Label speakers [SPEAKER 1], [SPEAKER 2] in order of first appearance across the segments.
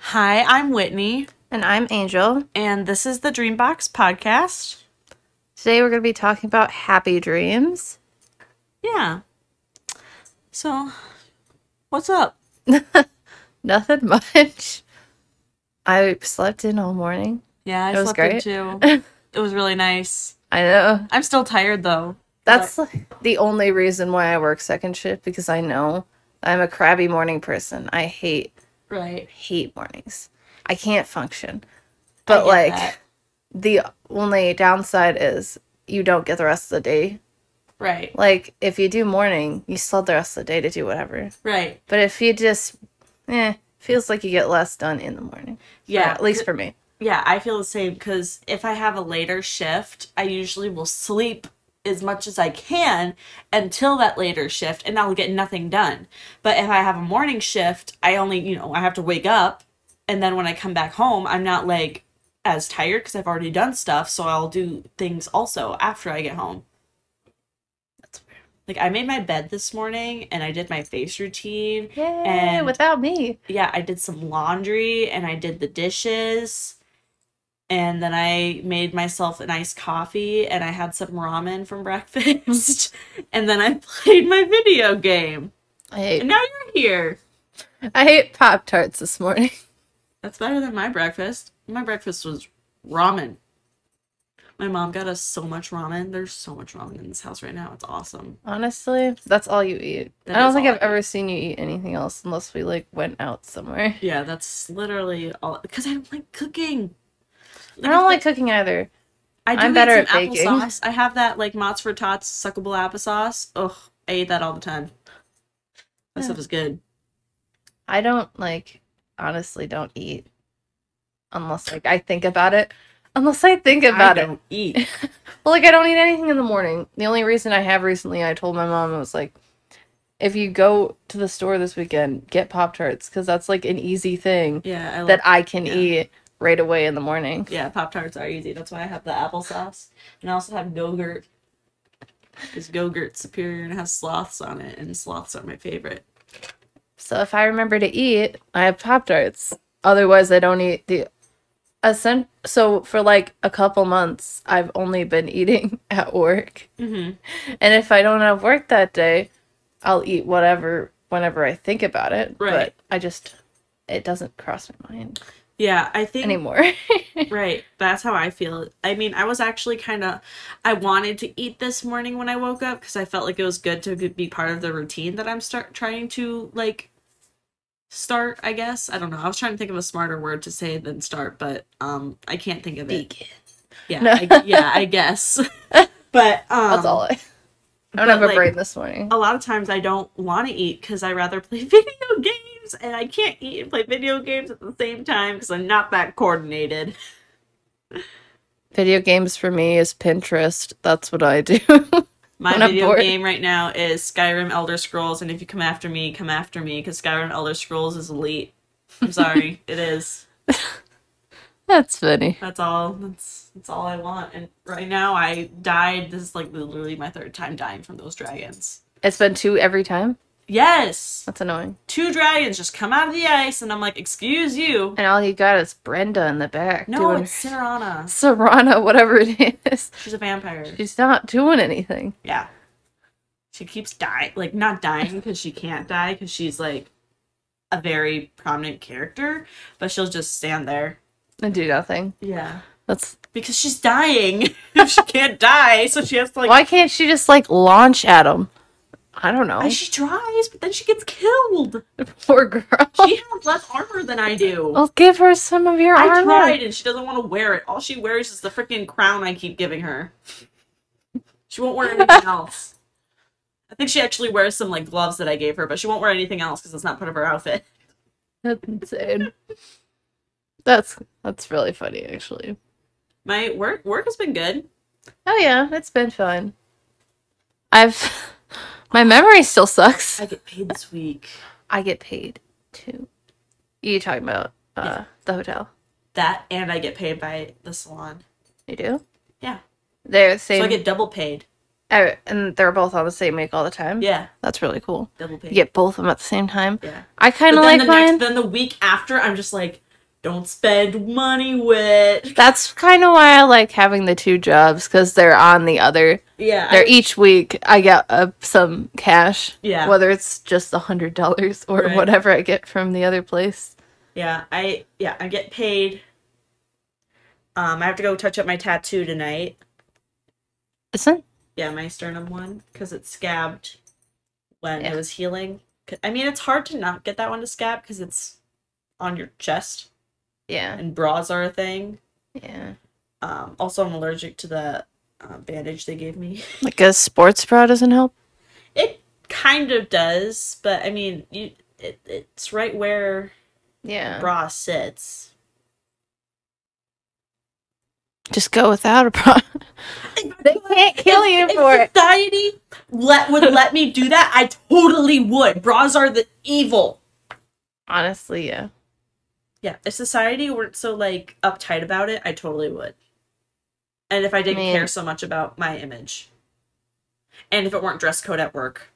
[SPEAKER 1] Hi, I'm Whitney,
[SPEAKER 2] And I'm Angel.
[SPEAKER 1] and this is the Dreambox podcast.
[SPEAKER 2] Today we're going to be talking about happy dreams.
[SPEAKER 1] Yeah. So, what's up?
[SPEAKER 2] Nothing much. I slept in all morning.
[SPEAKER 1] Yeah, I
[SPEAKER 2] It was
[SPEAKER 1] slept in too. It was really nice.
[SPEAKER 2] I know.
[SPEAKER 1] I'm still tired though.
[SPEAKER 2] That's like, the only reason why I work second shift because I know I'm a crabby morning person. I hate,
[SPEAKER 1] Right.
[SPEAKER 2] hate mornings. I can't function. But
[SPEAKER 1] get
[SPEAKER 2] like
[SPEAKER 1] that.
[SPEAKER 2] the only downside is you don't get the rest of the day.
[SPEAKER 1] Right.
[SPEAKER 2] Like if you do morning, you still have the rest of the day to do whatever.
[SPEAKER 1] Right.
[SPEAKER 2] But if you just, eh, feels like you get less done in the morning.
[SPEAKER 1] Yeah.
[SPEAKER 2] at least for me.
[SPEAKER 1] Yeah, I feel the same because if I have a later shift, I usually will sleep as much as I can until that later shift and I'll get nothing done. But if I have a morning shift, I only, you know, I have to wake up and then when I come back home, I'm not like as tired because I've already done stuff. So I'll do things also after I get home.
[SPEAKER 2] That's weird.
[SPEAKER 1] Like I made my bed this morning and I did my face routine.
[SPEAKER 2] Yay,
[SPEAKER 1] And-
[SPEAKER 2] without me.
[SPEAKER 1] yeah, I did some laundry and I did the dishes. And then I made myself an iced coffee and I had some ramen from breakfast. and then I played my video game.
[SPEAKER 2] I
[SPEAKER 1] And
[SPEAKER 2] hate,
[SPEAKER 1] now you're here.
[SPEAKER 2] I hate Pop Tarts this morning.
[SPEAKER 1] That's better than my breakfast. My breakfast was ramen. My mom got us so much ramen. There's so much ramen in this house right now. It's awesome.
[SPEAKER 2] Honestly, that's all you eat.
[SPEAKER 1] That
[SPEAKER 2] I
[SPEAKER 1] is
[SPEAKER 2] don't think
[SPEAKER 1] all
[SPEAKER 2] I've
[SPEAKER 1] I
[SPEAKER 2] ever seen you eat anything else unless we like went out somewhere.
[SPEAKER 1] Yeah, that's literally all because I don't like cooking.
[SPEAKER 2] I
[SPEAKER 1] if
[SPEAKER 2] don't
[SPEAKER 1] the-
[SPEAKER 2] like cooking either.
[SPEAKER 1] I do
[SPEAKER 2] I'm
[SPEAKER 1] make
[SPEAKER 2] better
[SPEAKER 1] some
[SPEAKER 2] at baking.
[SPEAKER 1] applesauce. I have that like Mott's for Tots suckable applesauce. Ugh, I eat that all the time. That
[SPEAKER 2] Yeah.
[SPEAKER 1] stuff is good.
[SPEAKER 2] I don't like honestly don't eat unless like I think about it. Unless I think about
[SPEAKER 1] I
[SPEAKER 2] it.
[SPEAKER 1] don't eat.
[SPEAKER 2] Well, like I don't eat anything in the morning. The only reason I have recently, I told my mom I was like, if you go to the store this weekend, get Pop Tarts because that's like an easy thing
[SPEAKER 1] Yeah, I like.
[SPEAKER 2] that I can
[SPEAKER 1] yeah.
[SPEAKER 2] eat right away in the morning.
[SPEAKER 1] Yeah, Pop Tarts are easy. That's why I have the applesauce, and I also have Go-Gurt. Because Go-Gurt's superior and it has sloths on it, and sloths are my favorite.
[SPEAKER 2] So if I remember to eat, I have Pop Tarts. Otherwise, I don't eat the. Ascent- so for like a couple months, I've only been eating at work,
[SPEAKER 1] Mm-hmm.
[SPEAKER 2] and if I don't have work that day, I'll eat whatever whenever I think about it.
[SPEAKER 1] Right.
[SPEAKER 2] But I just it doesn't cross my mind.
[SPEAKER 1] Yeah, I think
[SPEAKER 2] anymore.
[SPEAKER 1] Right. That's how I feel. I mean, I was actually kind of I wanted to eat this morning when I woke up cuz I felt like it was good to be part of the routine that I'm start trying to like start, I guess. I don't know. I was trying to think of a smarter word to say than start, but um I can't think of it. Yeah.
[SPEAKER 2] No.
[SPEAKER 1] I, yeah, I guess. but um
[SPEAKER 2] That's all I. I
[SPEAKER 1] but,
[SPEAKER 2] don't have a
[SPEAKER 1] like,
[SPEAKER 2] brain this morning.
[SPEAKER 1] a lot of times I don't want to eat because I rather play video games and I can't eat and play video games at the same time because I'm not that coordinated.
[SPEAKER 2] Video games for me is Pinterest. That's what I do.
[SPEAKER 1] My
[SPEAKER 2] When I'm
[SPEAKER 1] video
[SPEAKER 2] bored.
[SPEAKER 1] game right now is Skyrim Elder Scrolls, and if you come after me, come after me, because Skyrim Elder Scrolls is elite. I'm sorry, it is.
[SPEAKER 2] That's funny.
[SPEAKER 1] That's all. That's that's all I want. And right now, I died. This is like literally my third time dying from those dragons.
[SPEAKER 2] It's been two every time.
[SPEAKER 1] Yes,
[SPEAKER 2] That's annoying.
[SPEAKER 1] two dragons just come out of the ice, and I'm like, excuse you.
[SPEAKER 2] And all you got is Brenda in the back
[SPEAKER 1] No,
[SPEAKER 2] doing
[SPEAKER 1] it's Serana.
[SPEAKER 2] Serana, whatever it is.
[SPEAKER 1] She's a vampire.
[SPEAKER 2] She's not doing anything.
[SPEAKER 1] Yeah. She keeps dying, like not dying because she can't die because she's like a very prominent character, but she'll just stand there.
[SPEAKER 2] And do nothing.
[SPEAKER 1] Yeah.
[SPEAKER 2] That's
[SPEAKER 1] Because she's dying. if she can't die, so she has to like
[SPEAKER 2] why can't she just like launch at him? I don't know.
[SPEAKER 1] And she tries, but then she gets killed.
[SPEAKER 2] Poor girl.
[SPEAKER 1] She has less armor than I do.
[SPEAKER 2] I'll give Oh. her some of your
[SPEAKER 1] I
[SPEAKER 2] armor.
[SPEAKER 1] tried and she doesn't want to wear it. All she wears is the freaking crown I keep giving her. She won't wear anything else. I think she actually wears some like gloves that I gave her, but she won't wear anything else because it's not part of her outfit.
[SPEAKER 2] That's insane. that's that's really funny actually.
[SPEAKER 1] My work work has been good.
[SPEAKER 2] Oh yeah, it's been fun. I've my memory still sucks.
[SPEAKER 1] I get paid this week.
[SPEAKER 2] I get paid too. You talking about uh
[SPEAKER 1] Yeah.
[SPEAKER 2] the hotel?
[SPEAKER 1] That and I get paid by the salon.
[SPEAKER 2] You do?
[SPEAKER 1] Yeah.
[SPEAKER 2] They're the
[SPEAKER 1] So I
[SPEAKER 2] same,
[SPEAKER 1] get double paid.
[SPEAKER 2] uh, and they're both on the same week all the time.
[SPEAKER 1] Yeah,
[SPEAKER 2] that's really cool.
[SPEAKER 1] double paid.
[SPEAKER 2] You get both of them at the same time.
[SPEAKER 1] Yeah.
[SPEAKER 2] I kind
[SPEAKER 1] But
[SPEAKER 2] of
[SPEAKER 1] then
[SPEAKER 2] like
[SPEAKER 1] the
[SPEAKER 2] mine.
[SPEAKER 1] next, then the week after, I'm just like, don't spend money with.
[SPEAKER 2] That's kind of why I like having the two jobs because they're on the other.
[SPEAKER 1] Yeah.
[SPEAKER 2] They're each week I get uh, some cash.
[SPEAKER 1] Yeah.
[SPEAKER 2] Whether it's just the hundred dollars or
[SPEAKER 1] Right.
[SPEAKER 2] whatever I get from the other place.
[SPEAKER 1] Yeah, I yeah, I get paid. Um, I have to go touch up my tattoo tonight.
[SPEAKER 2] Isn't
[SPEAKER 1] Yeah, my sternum one because it scabbed when
[SPEAKER 2] Yeah.
[SPEAKER 1] it was healing. 'Cause- I mean, it's hard to not get that one to scab because it's on your chest
[SPEAKER 2] yeah
[SPEAKER 1] and bras are a thing.
[SPEAKER 2] yeah
[SPEAKER 1] Um, also, I'm allergic to the uh, bandage they gave me.
[SPEAKER 2] like a sports bra doesn't help.
[SPEAKER 1] It kind of does, but I mean, you it, it's right where
[SPEAKER 2] Yeah.
[SPEAKER 1] bra sits.
[SPEAKER 2] Just go without a bra. They can't kill you
[SPEAKER 1] if,
[SPEAKER 2] for
[SPEAKER 1] if
[SPEAKER 2] it.
[SPEAKER 1] society let would let me do that, I totally would. Bras are the evil.
[SPEAKER 2] Honestly, yeah.
[SPEAKER 1] Yeah, if society weren't so like uptight about it, I totally would. And if I didn't
[SPEAKER 2] Man.
[SPEAKER 1] care so much about my image, and if it weren't dress code at work,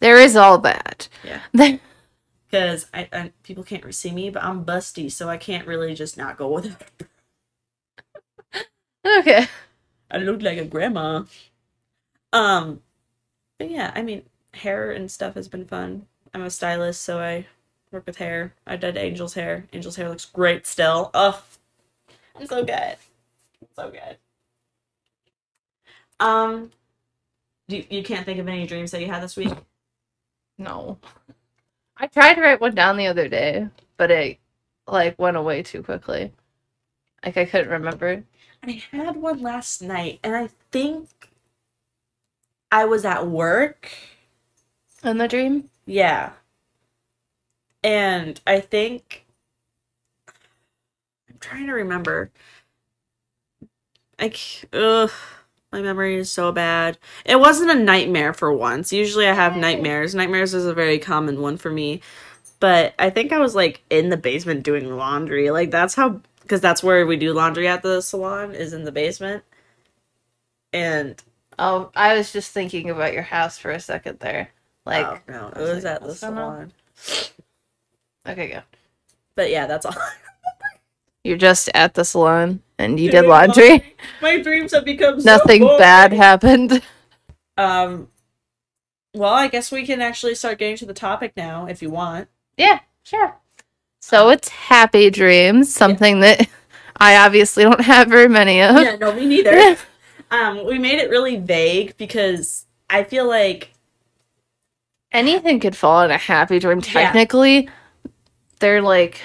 [SPEAKER 2] There is all that.
[SPEAKER 1] Yeah.
[SPEAKER 2] There-
[SPEAKER 1] because I, I people can't see me, but I'm busty, so I can't really just not go with it.
[SPEAKER 2] okay.
[SPEAKER 1] I look like a grandma. Um, but yeah, I mean, hair and stuff has been fun. I'm a stylist, so I work with hair. I did Angel's hair. Angel's hair looks great still. Oh, I'm so good. I'm so good. Um, you, you can't think of any dreams that you had this week?
[SPEAKER 2] No. I tried to write one down the other day, but it like went away too quickly. Like I couldn't remember.
[SPEAKER 1] I had one last night, and I think I was at work.
[SPEAKER 2] In the dream?
[SPEAKER 1] Yeah. And I think I'm trying to remember. I c- ugh, my memory is so bad. It wasn't a nightmare for once. Usually I have nightmares. Nightmares is a very common one for me. But I think I was like in the basement doing laundry. Like that's how cuz that's where we do laundry at the salon is in the basement. And
[SPEAKER 2] Oh, I was just thinking about your house for a second there. Like
[SPEAKER 1] oh, no, it
[SPEAKER 2] I was
[SPEAKER 1] was
[SPEAKER 2] like,
[SPEAKER 1] at the
[SPEAKER 2] what's going on?
[SPEAKER 1] salon.
[SPEAKER 2] Okay, go.
[SPEAKER 1] But yeah, that's all.
[SPEAKER 2] You're just at the salon and you
[SPEAKER 1] Doing
[SPEAKER 2] did laundry.
[SPEAKER 1] My dreams have become so
[SPEAKER 2] Nothing
[SPEAKER 1] boring.
[SPEAKER 2] bad happened.
[SPEAKER 1] Um, well, I guess we can actually start getting to the topic now if you want.
[SPEAKER 2] Yeah, sure. So it's happy dreams, something that I obviously don't have very many of.
[SPEAKER 1] Yeah, no, me neither. um, we made it really vague because I feel like
[SPEAKER 2] Anything could fall in a happy dream.
[SPEAKER 1] Yeah.
[SPEAKER 2] Technically, they're like,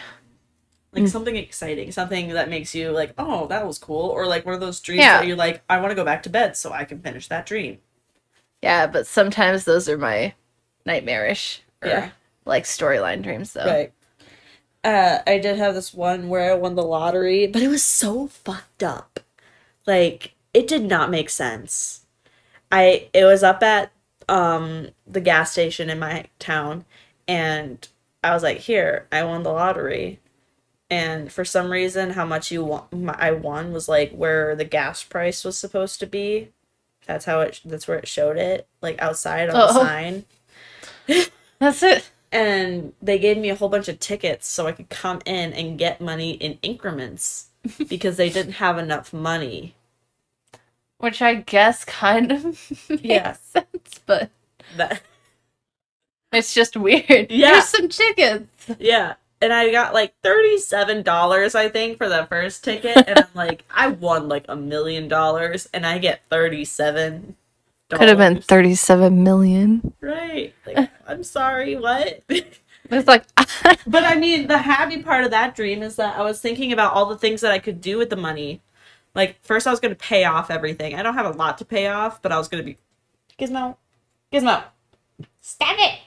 [SPEAKER 2] Hmm.
[SPEAKER 1] like something exciting, something that makes you like, oh, that was cool, or like one of those dreams
[SPEAKER 2] Yeah.
[SPEAKER 1] that you're like, I want to go back to bed so I can finish that dream.
[SPEAKER 2] yeah, but sometimes those are my nightmarish or
[SPEAKER 1] Yeah.
[SPEAKER 2] like storyline dreams, though.
[SPEAKER 1] Right. Uh, I did have this one where I won the lottery, but it was so fucked up. Like it did not make sense. I it was up at um the gas station in my town, and I was like, "Here, I won the lottery." And for some reason, how much you won, my, I won was like where the gas price was supposed to be. That's how it. That's where it showed it, like outside on the
[SPEAKER 2] Uh-oh.
[SPEAKER 1] sign
[SPEAKER 2] That's it.
[SPEAKER 1] and they gave me a whole bunch of tickets so I could come in and get money in increments because they didn't have enough money.
[SPEAKER 2] Which I guess kind of makes
[SPEAKER 1] Yeah.
[SPEAKER 2] sense, but
[SPEAKER 1] That-
[SPEAKER 2] it's just weird.
[SPEAKER 1] Yeah.
[SPEAKER 2] Here's some tickets.
[SPEAKER 1] yeah. And I got like $37, I think, for the first ticket. And I'm like, I won like a million dollars and I get 37
[SPEAKER 2] Could have been 37 million.
[SPEAKER 1] Right. Like, I'm sorry, what?
[SPEAKER 2] It's like,
[SPEAKER 1] But I mean, the happy part of that dream is that I was thinking about all the things that I could do with the money. Like first, I was going to pay off everything. I don't have a lot to pay off, but I was going to be Gizmo, Gizmo, stop it.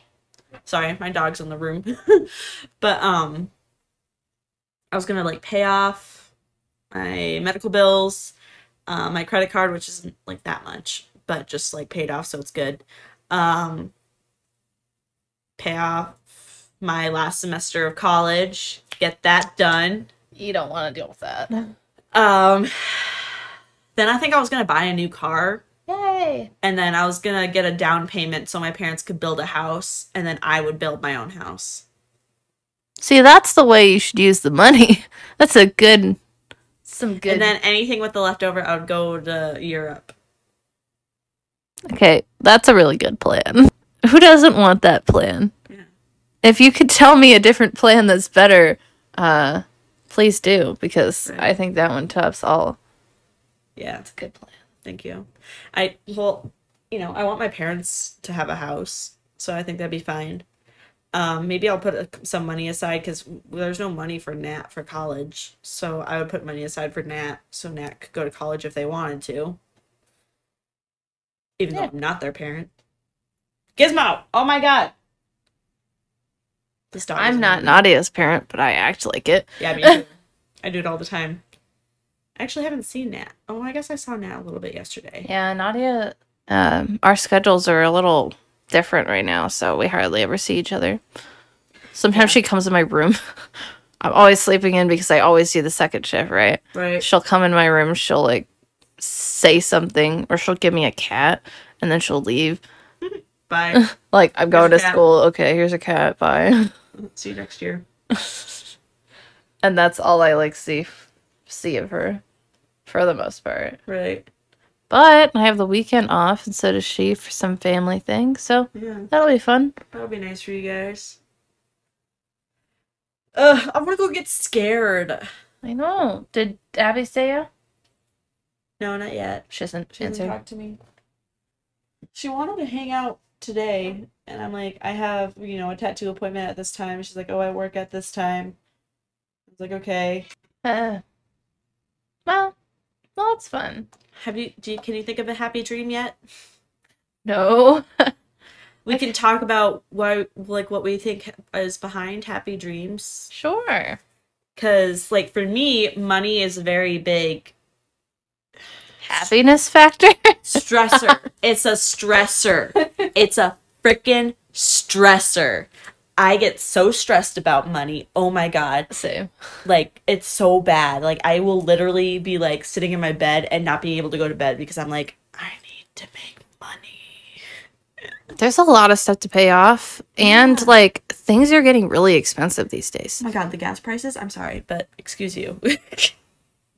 [SPEAKER 1] Sorry, my dog's in the room. but um, I was going to like pay off my medical bills, uh, my credit card, which isn't like that much, but just like paid off, so it's good. Um, pay off my last semester of college, get that done.
[SPEAKER 2] you don't want to deal with that.
[SPEAKER 1] Um, then I think I was gonna buy a new car,
[SPEAKER 2] Yay.
[SPEAKER 1] and then I was gonna get a down payment so my parents could build a house, and then I would build my own house.
[SPEAKER 2] See, that's the way you should use the money. That's a good, some good.
[SPEAKER 1] And then anything with the leftover, I would go to Europe.
[SPEAKER 2] okay, that's a really good plan. Who doesn't want that plan?
[SPEAKER 1] Yeah.
[SPEAKER 2] If you could tell me a different plan that's better, uh, please do because
[SPEAKER 1] Right.
[SPEAKER 2] I think that one tops all.
[SPEAKER 1] Yeah.
[SPEAKER 2] It's a good plan.
[SPEAKER 1] Thank you. I well, you know, I want my parents to have a house, so I think that'd be fine. Um, maybe I'll put uh, some money aside because there's no money for Nat for college, so I would put money aside for Nat so Nat could go to college if they wanted to. Even
[SPEAKER 2] Yeah.
[SPEAKER 1] though I'm not their parent. Gizmo! Oh my god! This dog. is
[SPEAKER 2] I'm not
[SPEAKER 1] annoying.
[SPEAKER 2] Nadia's parent, but I act like it.
[SPEAKER 1] Yeah, me too. I do it all the time. I actually haven't seen Nat. Oh, I guess I saw Nat a little bit yesterday.
[SPEAKER 2] Yeah, Nadia. Um, our schedules are a little different right now, so we hardly ever see each other. Sometimes she comes in my room. I'm always sleeping in because I always do the second shift, right?
[SPEAKER 1] Right.
[SPEAKER 2] She'll come in my room, she'll like say something, or she'll give me a cat, and then she'll leave.
[SPEAKER 1] Bye.
[SPEAKER 2] Like, I'm going
[SPEAKER 1] Here's
[SPEAKER 2] to
[SPEAKER 1] a cat.
[SPEAKER 2] school. Okay, here's a cat. Bye.
[SPEAKER 1] See you next year.
[SPEAKER 2] And that's all I like see f- see of her for the most part.
[SPEAKER 1] Right.
[SPEAKER 2] But I have the weekend off, and so does she for some family thing. So
[SPEAKER 1] Yeah.
[SPEAKER 2] that'll be fun.
[SPEAKER 1] That'll be nice for you guys. Ugh, I wanna go get scared.
[SPEAKER 2] I know. Did Abby say yeah?
[SPEAKER 1] No, not yet.
[SPEAKER 2] She hasn't
[SPEAKER 1] She hasn't
[SPEAKER 2] answered.
[SPEAKER 1] talked to me. She wanted to hang out today, and I'm like, I have, you know, a tattoo appointment at this time. She's like, Oh, I work at this time. I was like, Okay.
[SPEAKER 2] Uh, well, well, it's fun.
[SPEAKER 1] Have you do you, can you think of a happy dream yet?
[SPEAKER 2] No.
[SPEAKER 1] We can talk about why like what we think is behind happy dreams.
[SPEAKER 2] sure.
[SPEAKER 1] Cause like for me, money is a very big
[SPEAKER 2] Happiness factor.
[SPEAKER 1] stressor. it's a stressor. It's a freaking stressor. I get so stressed about money. Oh my god.
[SPEAKER 2] Same.
[SPEAKER 1] Like it's so bad. Like I will literally be like sitting in my bed and not being able to go to bed because I'm like I need to make money.
[SPEAKER 2] There's a lot of stuff to pay off, and like things are getting really expensive these days.
[SPEAKER 1] Oh my god, the gas prices. I'm sorry, but excuse you.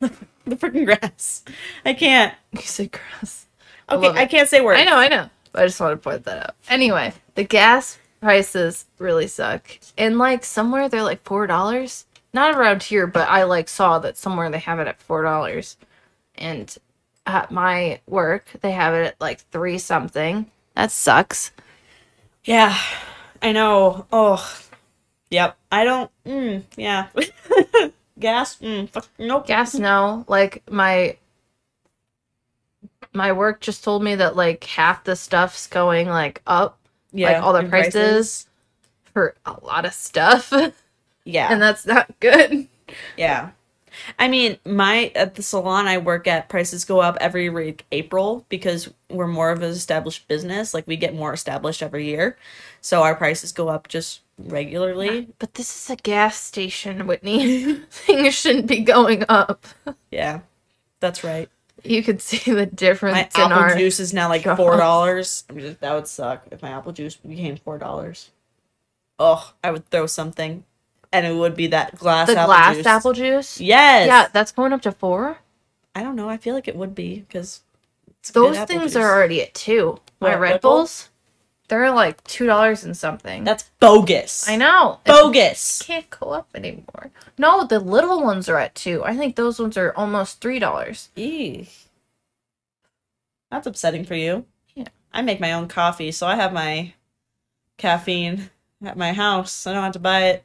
[SPEAKER 1] the freaking grass. I can't.
[SPEAKER 2] You said grass.
[SPEAKER 1] Okay,
[SPEAKER 2] love it.
[SPEAKER 1] I can't say words.
[SPEAKER 2] I know, I know. But I just want to point that out. Anyway, the gas prices really suck. And like somewhere they're like four dollars. Not around here, but I like saw that somewhere they have it at four dollars. And at my work, they have it at like three something. That sucks.
[SPEAKER 1] Yeah, I know. Oh, yep. I don't. Mm, yeah. Gas. Mm, fuck, nope.
[SPEAKER 2] Gas no. Like my my work just told me that like half the stuff's going like up
[SPEAKER 1] Yeah.
[SPEAKER 2] all the
[SPEAKER 1] and
[SPEAKER 2] prices. for a lot of stuff. And
[SPEAKER 1] Yeah.
[SPEAKER 2] that's not good.
[SPEAKER 1] yeah. I mean, my at the salon I work at, prices go up every re- April because we're more of an established business. Like we get more established every year, so our prices go up just regularly.
[SPEAKER 2] But this is a gas station, Whitney. Things shouldn't be going up.
[SPEAKER 1] Yeah, that's right.
[SPEAKER 2] You could see the
[SPEAKER 1] My
[SPEAKER 2] difference in
[SPEAKER 1] apple
[SPEAKER 2] our.
[SPEAKER 1] juice is now like
[SPEAKER 2] Shut
[SPEAKER 1] four
[SPEAKER 2] up.
[SPEAKER 1] dollars. I'm just that would suck if my apple juice became four dollars. Oh, I would throw something, and it would be that glass
[SPEAKER 2] The
[SPEAKER 1] apple
[SPEAKER 2] glass
[SPEAKER 1] juice.
[SPEAKER 2] apple juice.
[SPEAKER 1] Yes.
[SPEAKER 2] Yeah, that's going up to four.
[SPEAKER 1] I don't know. I feel like it would be because
[SPEAKER 2] Those things are already at two.
[SPEAKER 1] What,
[SPEAKER 2] My Red
[SPEAKER 1] Red Bull?
[SPEAKER 2] Bulls, they're like two dollars and something.
[SPEAKER 1] that's bogus.
[SPEAKER 2] I know. It
[SPEAKER 1] Bogus.
[SPEAKER 2] can't go up anymore. No, the little ones are at two. I think those ones are almost three dollars.
[SPEAKER 1] Eee. That's upsetting for you.
[SPEAKER 2] Yeah.
[SPEAKER 1] I make my own coffee, so I have my caffeine at my house. I don't have to buy it.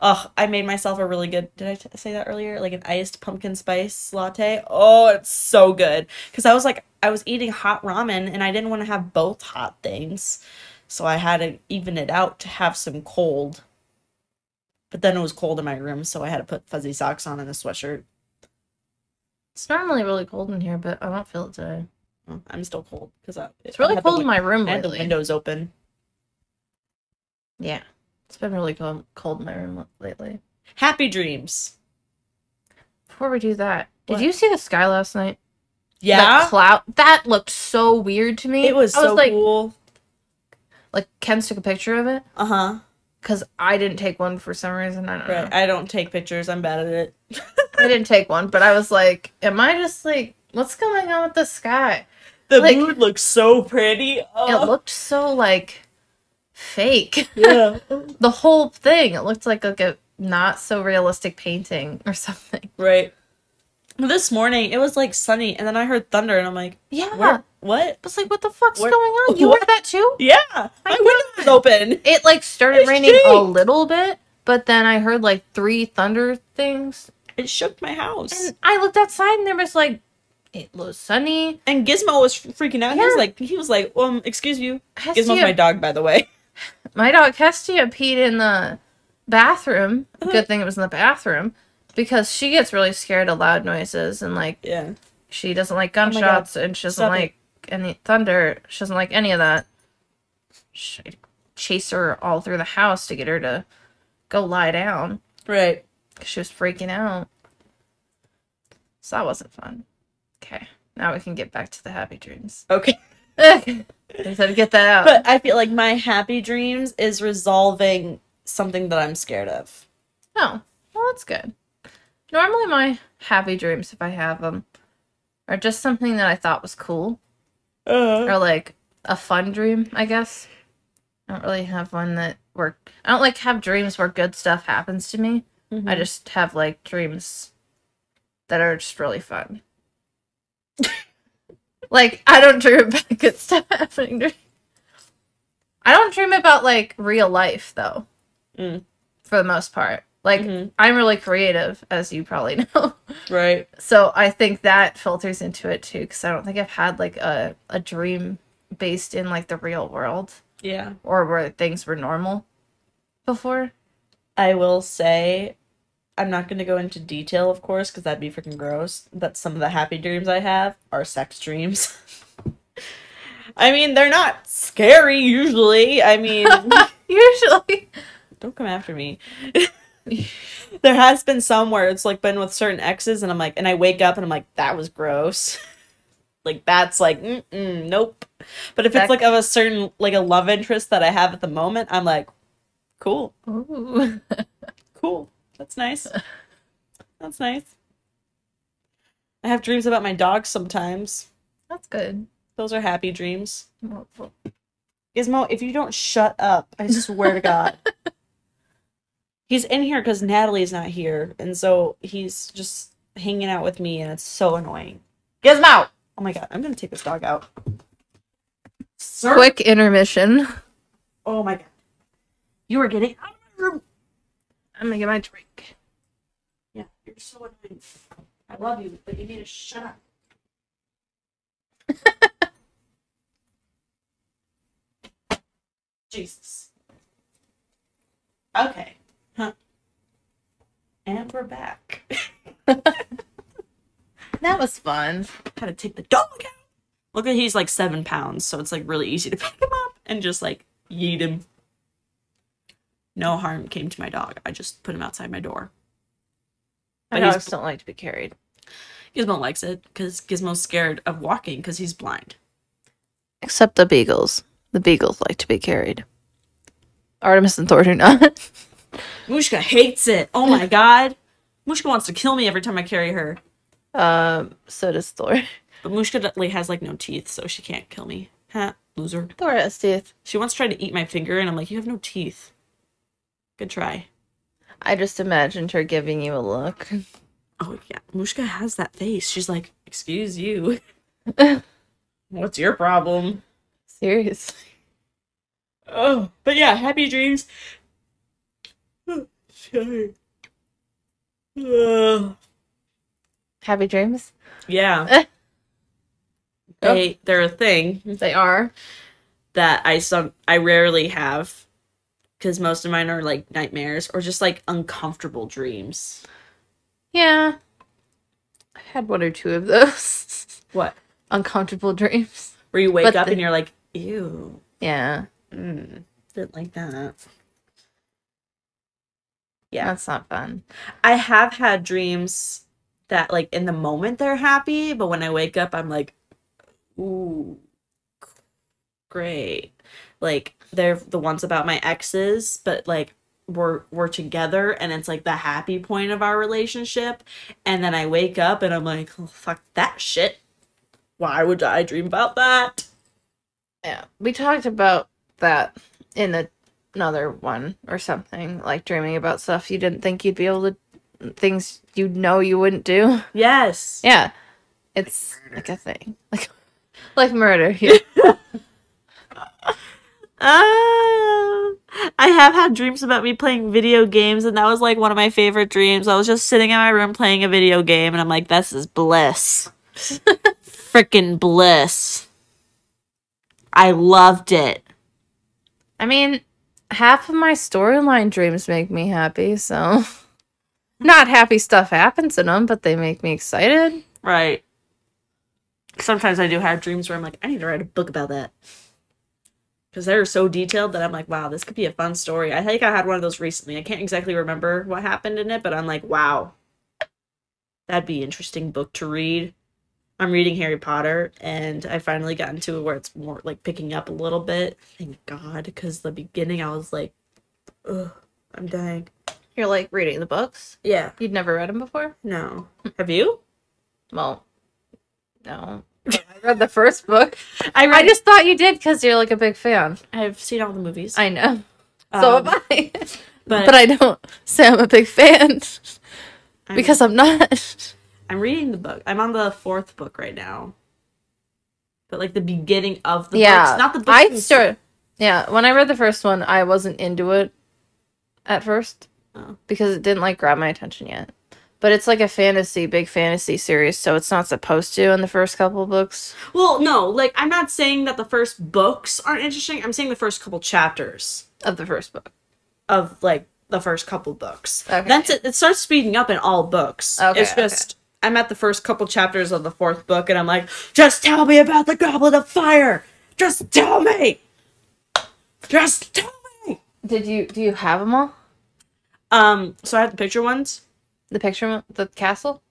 [SPEAKER 1] Oh, I made myself a really good. Did I t- say that earlier? Like an iced pumpkin spice latte. Oh, it's so good. Because I was like, I was eating hot ramen and I didn't want to have both hot things. So I had to even it out to have some cold. But then it was cold in my room, so I had to put fuzzy socks on and a sweatshirt.
[SPEAKER 2] It's normally really cold in here, but I don't feel it today.
[SPEAKER 1] Well, I'm still cold because
[SPEAKER 2] It's really cold in my room
[SPEAKER 1] I had the
[SPEAKER 2] lately.
[SPEAKER 1] windows open.
[SPEAKER 2] Yeah, it's been really cold, cold in my room lately.
[SPEAKER 1] Happy dreams.
[SPEAKER 2] Before we do that,
[SPEAKER 1] What?
[SPEAKER 2] did you see the sky last night?
[SPEAKER 1] Yeah,
[SPEAKER 2] that cloud that looked so weird to me.
[SPEAKER 1] it was
[SPEAKER 2] I was
[SPEAKER 1] so
[SPEAKER 2] like,
[SPEAKER 1] cool.
[SPEAKER 2] like Ken took a picture of it
[SPEAKER 1] Uh huh.
[SPEAKER 2] because I didn't take one for some reason. I don't
[SPEAKER 1] Right.
[SPEAKER 2] know.
[SPEAKER 1] I don't take pictures. I'm bad at it.
[SPEAKER 2] I didn't take one, but I was like, am I just like, what's going on with the sky?
[SPEAKER 1] The
[SPEAKER 2] Like-
[SPEAKER 1] mood looks so pretty. Oh.
[SPEAKER 2] It looked so like fake.
[SPEAKER 1] yeah.
[SPEAKER 2] the whole thing. It looked like like a not so realistic painting or something.
[SPEAKER 1] Right. This morning it was like sunny, and then I heard thunder, and I'm like,
[SPEAKER 2] Yeah.
[SPEAKER 1] Where, what?
[SPEAKER 2] I was like, what the fuck's
[SPEAKER 1] Where-
[SPEAKER 2] going on? You
[SPEAKER 1] what?
[SPEAKER 2] were that too?
[SPEAKER 1] Yeah, my, window was open.
[SPEAKER 2] It like started
[SPEAKER 1] It's
[SPEAKER 2] raining a
[SPEAKER 1] shake.
[SPEAKER 2] little bit, but then I heard like three thunder things.
[SPEAKER 1] It shook my house.
[SPEAKER 2] And I looked outside and there was like it was sunny.
[SPEAKER 1] And, Gizmo was freaking out. He was
[SPEAKER 2] Yeah.
[SPEAKER 1] like, he was like, um, excuse you. Gizmo's
[SPEAKER 2] Hestia-
[SPEAKER 1] my dog, by the way.
[SPEAKER 2] my dog Hestia peed in the bathroom.
[SPEAKER 1] Uh-huh.
[SPEAKER 2] Good thing it was in the bathroom because she gets really scared of loud noises and like
[SPEAKER 1] Yeah.
[SPEAKER 2] she doesn't like
[SPEAKER 1] Oh my God.
[SPEAKER 2] gunshots and she doesn't
[SPEAKER 1] Stop it.
[SPEAKER 2] like any thunder. She doesn't like any of that. Sh- I chased her all through the house to get her to go lie down
[SPEAKER 1] Right.
[SPEAKER 2] because she was freaking out. So that wasn't fun. Okay, now we can get back to the happy dreams.
[SPEAKER 1] Okay.
[SPEAKER 2] I said get that out.
[SPEAKER 1] But I feel like my happy dreams is resolving something that I'm scared of.
[SPEAKER 2] Oh, well, that's good. Normally, my happy dreams, if I have them, are just something that I thought was cool
[SPEAKER 1] Uh,
[SPEAKER 2] or like a fun dream, I guess. I don't really have one that where I don't like have dreams where good stuff happens to me.
[SPEAKER 1] Mm-hmm.
[SPEAKER 2] I just have like dreams that are just really fun. like I don't dream about good stuff happening. to me. I don't dream about like real life though,
[SPEAKER 1] Mm.
[SPEAKER 2] for the most part. Like
[SPEAKER 1] Mhm.
[SPEAKER 2] I'm really creative, as you probably know.
[SPEAKER 1] right.
[SPEAKER 2] So I think that filters into it too, because I don't think I've had like a, a dream based in like the real world
[SPEAKER 1] Yeah.
[SPEAKER 2] or where things were normal before.
[SPEAKER 1] I will say, I'm not going to go into detail, of course, because that'd be freaking gross. But some of the happy dreams I have are sex dreams. I mean, they're not scary usually. I mean,
[SPEAKER 2] Usually.
[SPEAKER 1] don't come after me. there has been some where it's like been with certain exes, and I'm like, and I wake up and I'm like, that was gross. like that's like, mm-mm, nope. But if
[SPEAKER 2] That-
[SPEAKER 1] it's like of a certain like a love interest that I have at the moment, I'm like, cool.
[SPEAKER 2] Ooh.
[SPEAKER 1] cool. That's nice. That's nice. I have dreams about my dogs sometimes.
[SPEAKER 2] That's good.
[SPEAKER 1] Those are happy dreams.
[SPEAKER 2] Well, well,
[SPEAKER 1] Gizmo, if you don't shut up, I swear to God. He's in here because Natalie's not here. And so he's just hanging out with me, and it's so annoying. Gizmo! Oh my God, I'm going to take this dog out. Sir.
[SPEAKER 2] Quick intermission.
[SPEAKER 1] Oh my God. You are getting out of my room.
[SPEAKER 2] I'm gonna get my drink.
[SPEAKER 1] Yeah, you're so annoying. I love you, but you need to shut up. Jesus. Okay. Huh. And we're back.
[SPEAKER 2] That was fun.
[SPEAKER 1] Had to take the dog out. Look at he's like seven pounds, so it's like really easy to pick him up and just like yeet him. No harm came to my dog. I just put him outside my door.
[SPEAKER 2] My
[SPEAKER 1] But he's-
[SPEAKER 2] dogs don't like to be carried.
[SPEAKER 1] Gizmo likes it because Gizmo's scared of walking because he's blind.
[SPEAKER 2] Except the beagles. The beagles like to be carried. Artemis and Thor do not.
[SPEAKER 1] Mushka hates it. Oh my god. Mushka wants to kill me every time I carry her.
[SPEAKER 2] um, so does Thor.
[SPEAKER 1] But Mushka d- like, has like no teeth, so she can't kill me. Huh, loser.
[SPEAKER 2] Thor has teeth.
[SPEAKER 1] She once tried to eat my finger, and I'm like, you have no teeth. Good try.
[SPEAKER 2] I just imagined her giving you a look.
[SPEAKER 1] Oh yeah, Mushka has that face. She's like, excuse you. What's your problem?
[SPEAKER 2] Seriously.
[SPEAKER 1] Oh, but yeah, happy dreams. Sorry. Ugh.
[SPEAKER 2] Happy dreams?
[SPEAKER 1] yeah. They, they're a thing.
[SPEAKER 2] They are.
[SPEAKER 1] that I some I rarely have because most of mine are like nightmares or just like uncomfortable dreams.
[SPEAKER 2] Yeah. I had one or two of those.
[SPEAKER 1] What?
[SPEAKER 2] Uncomfortable dreams.
[SPEAKER 1] Where you wake
[SPEAKER 2] But
[SPEAKER 1] up
[SPEAKER 2] the-
[SPEAKER 1] and you're like, ew,
[SPEAKER 2] Yeah.
[SPEAKER 1] mm, didn't like that.
[SPEAKER 2] Yeah. That's not fun.
[SPEAKER 1] I have had dreams that like in the moment they're happy, but when I wake up, I'm like, ooh, great. Like they're the ones about my exes, but like we're we're together and it's like the happy point of our relationship and then I wake up and I'm like oh, fuck that shit. Why would I dream about that?
[SPEAKER 2] Yeah, we talked about that in a, another one or something, like dreaming about stuff you didn't think you'd be able to, things you know you wouldn't do.
[SPEAKER 1] Yes.
[SPEAKER 2] Yeah, it's like a thing, like like murder. Yeah.
[SPEAKER 1] Uh, I have had dreams about me playing video games, and that was like one of my favorite dreams. I was just sitting in my room playing a video game, and I'm like, this is bliss. Freaking bliss. I loved it.
[SPEAKER 2] I mean, half of my storyline dreams make me happy, so not happy stuff happens in them, but they make me excited.
[SPEAKER 1] Right. Sometimes I do have dreams where I'm like, I need to write a book about that. Because they're so detailed that I'm like, wow, this could be a fun story. I think I had one of those recently. I can't exactly remember what happened in it, but I'm like, wow, that'd be an interesting book to read. I'm reading Harry Potter, and I finally got into it where it's more like picking up a little bit. Thank God, because the beginning I was like, ugh, I'm dying.
[SPEAKER 2] You're like reading the books.
[SPEAKER 1] Yeah.
[SPEAKER 2] You'd never read them before?
[SPEAKER 1] No. Have you?
[SPEAKER 2] Well, no. I read the first book.
[SPEAKER 1] I
[SPEAKER 2] I just thought you did because you're like a big fan.
[SPEAKER 1] I've seen all the movies.
[SPEAKER 2] I know. so
[SPEAKER 1] Um,
[SPEAKER 2] am I.
[SPEAKER 1] but- Mm.
[SPEAKER 2] But, I don't say I'm a big fan
[SPEAKER 1] I'm-
[SPEAKER 2] because I'm not.
[SPEAKER 1] I'm reading the book. I'm on the fourth book right now. But like the beginning of the
[SPEAKER 2] yeah.
[SPEAKER 1] books, not the books.
[SPEAKER 2] I
[SPEAKER 1] themselves.
[SPEAKER 2] started. Yeah. When I read the first one, I wasn't into it at first
[SPEAKER 1] Oh.
[SPEAKER 2] because it didn't like grab my attention yet. But it's like a fantasy, big fantasy series, so it's not supposed to in the first couple books.
[SPEAKER 1] Well, no, like I'm not saying that the first books aren't interesting. I'm saying the first couple chapters
[SPEAKER 2] of the first book.
[SPEAKER 1] of like the first couple books.
[SPEAKER 2] Okay.
[SPEAKER 1] That's it. It starts speeding up in all books.
[SPEAKER 2] Okay,
[SPEAKER 1] it's
[SPEAKER 2] okay.
[SPEAKER 1] just I'm at the first couple chapters of the fourth book, and I'm like, just tell me about the Goblet of Fire. Just tell me. Just tell me.
[SPEAKER 2] Did you do you have them all?
[SPEAKER 1] Um. So I have the picture ones.
[SPEAKER 2] The picture, mo- the castle.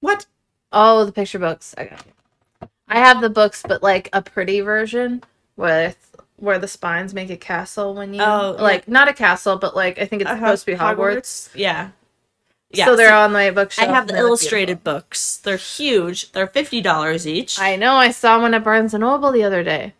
[SPEAKER 1] What?
[SPEAKER 2] Oh, the picture books. I got you. I have the books, but like a pretty version with where the spines make a castle when you
[SPEAKER 1] Oh, yeah. Uh-huh.
[SPEAKER 2] like not a castle, but like I think it's
[SPEAKER 1] I have
[SPEAKER 2] supposed to be Hogwarts.
[SPEAKER 1] Yeah.
[SPEAKER 2] so they're on my bookshelf.
[SPEAKER 1] I have
[SPEAKER 2] and
[SPEAKER 1] the
[SPEAKER 2] they look
[SPEAKER 1] illustrated books. They're huge. They're fifty dollars each.
[SPEAKER 2] beautiful. I know. I saw one at Barnes and Noble the other day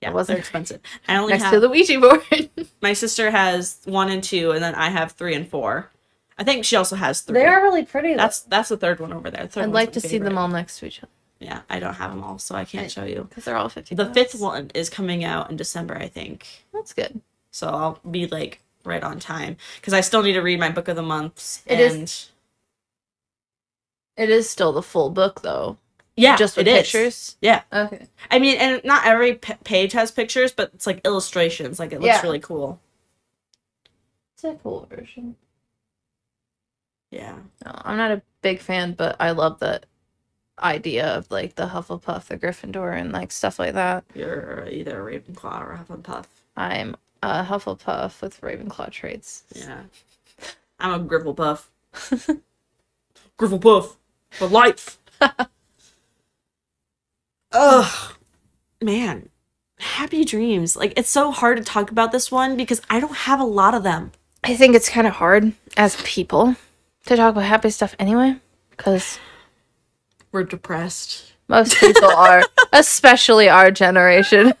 [SPEAKER 1] yeah,
[SPEAKER 2] it wasn't-
[SPEAKER 1] they're expensive. I only
[SPEAKER 2] next
[SPEAKER 1] have
[SPEAKER 2] to the Ouija board.
[SPEAKER 1] my sister has one and two, and then I have three and four. I think she also has three.
[SPEAKER 2] they are really pretty. though.
[SPEAKER 1] That's that's the third one over there. The third
[SPEAKER 2] I'd
[SPEAKER 1] one's
[SPEAKER 2] like
[SPEAKER 1] my
[SPEAKER 2] to see them
[SPEAKER 1] favorite.
[SPEAKER 2] all next to each other
[SPEAKER 1] Yeah, I don't have them all, so I can't
[SPEAKER 2] I-
[SPEAKER 1] show you.
[SPEAKER 2] because they're all fifty.
[SPEAKER 1] The fifth one is coming out in December, I think.
[SPEAKER 2] That's good.
[SPEAKER 1] So I'll be like right on time because I still need to read my book of the month.
[SPEAKER 2] It is-
[SPEAKER 1] and
[SPEAKER 2] It is still the full book though.
[SPEAKER 1] yeah,
[SPEAKER 2] just with
[SPEAKER 1] it is.
[SPEAKER 2] pictures.
[SPEAKER 1] Yeah,
[SPEAKER 2] Okay.
[SPEAKER 1] I mean, and not every p- page has pictures, but it's like illustrations. Like it looks
[SPEAKER 2] Yeah.
[SPEAKER 1] really cool.
[SPEAKER 2] It's a cool version.
[SPEAKER 1] Yeah.
[SPEAKER 2] No, I'm not a big fan, but I love the idea of like the Hufflepuff, the Gryffindor, and like stuff like that.
[SPEAKER 1] You're either a Ravenclaw or a Hufflepuff.
[SPEAKER 2] I'm a Hufflepuff with Ravenclaw traits.
[SPEAKER 1] Yeah. I'm a Grifflepuff. Grifflepuff for life. Ugh. Man, happy dreams. Like, it's so hard to talk about this one because I don't have a lot of them.
[SPEAKER 2] I think it's kind of hard as people to talk about happy stuff anyway, because
[SPEAKER 1] We're depressed.
[SPEAKER 2] most people are, especially our generation.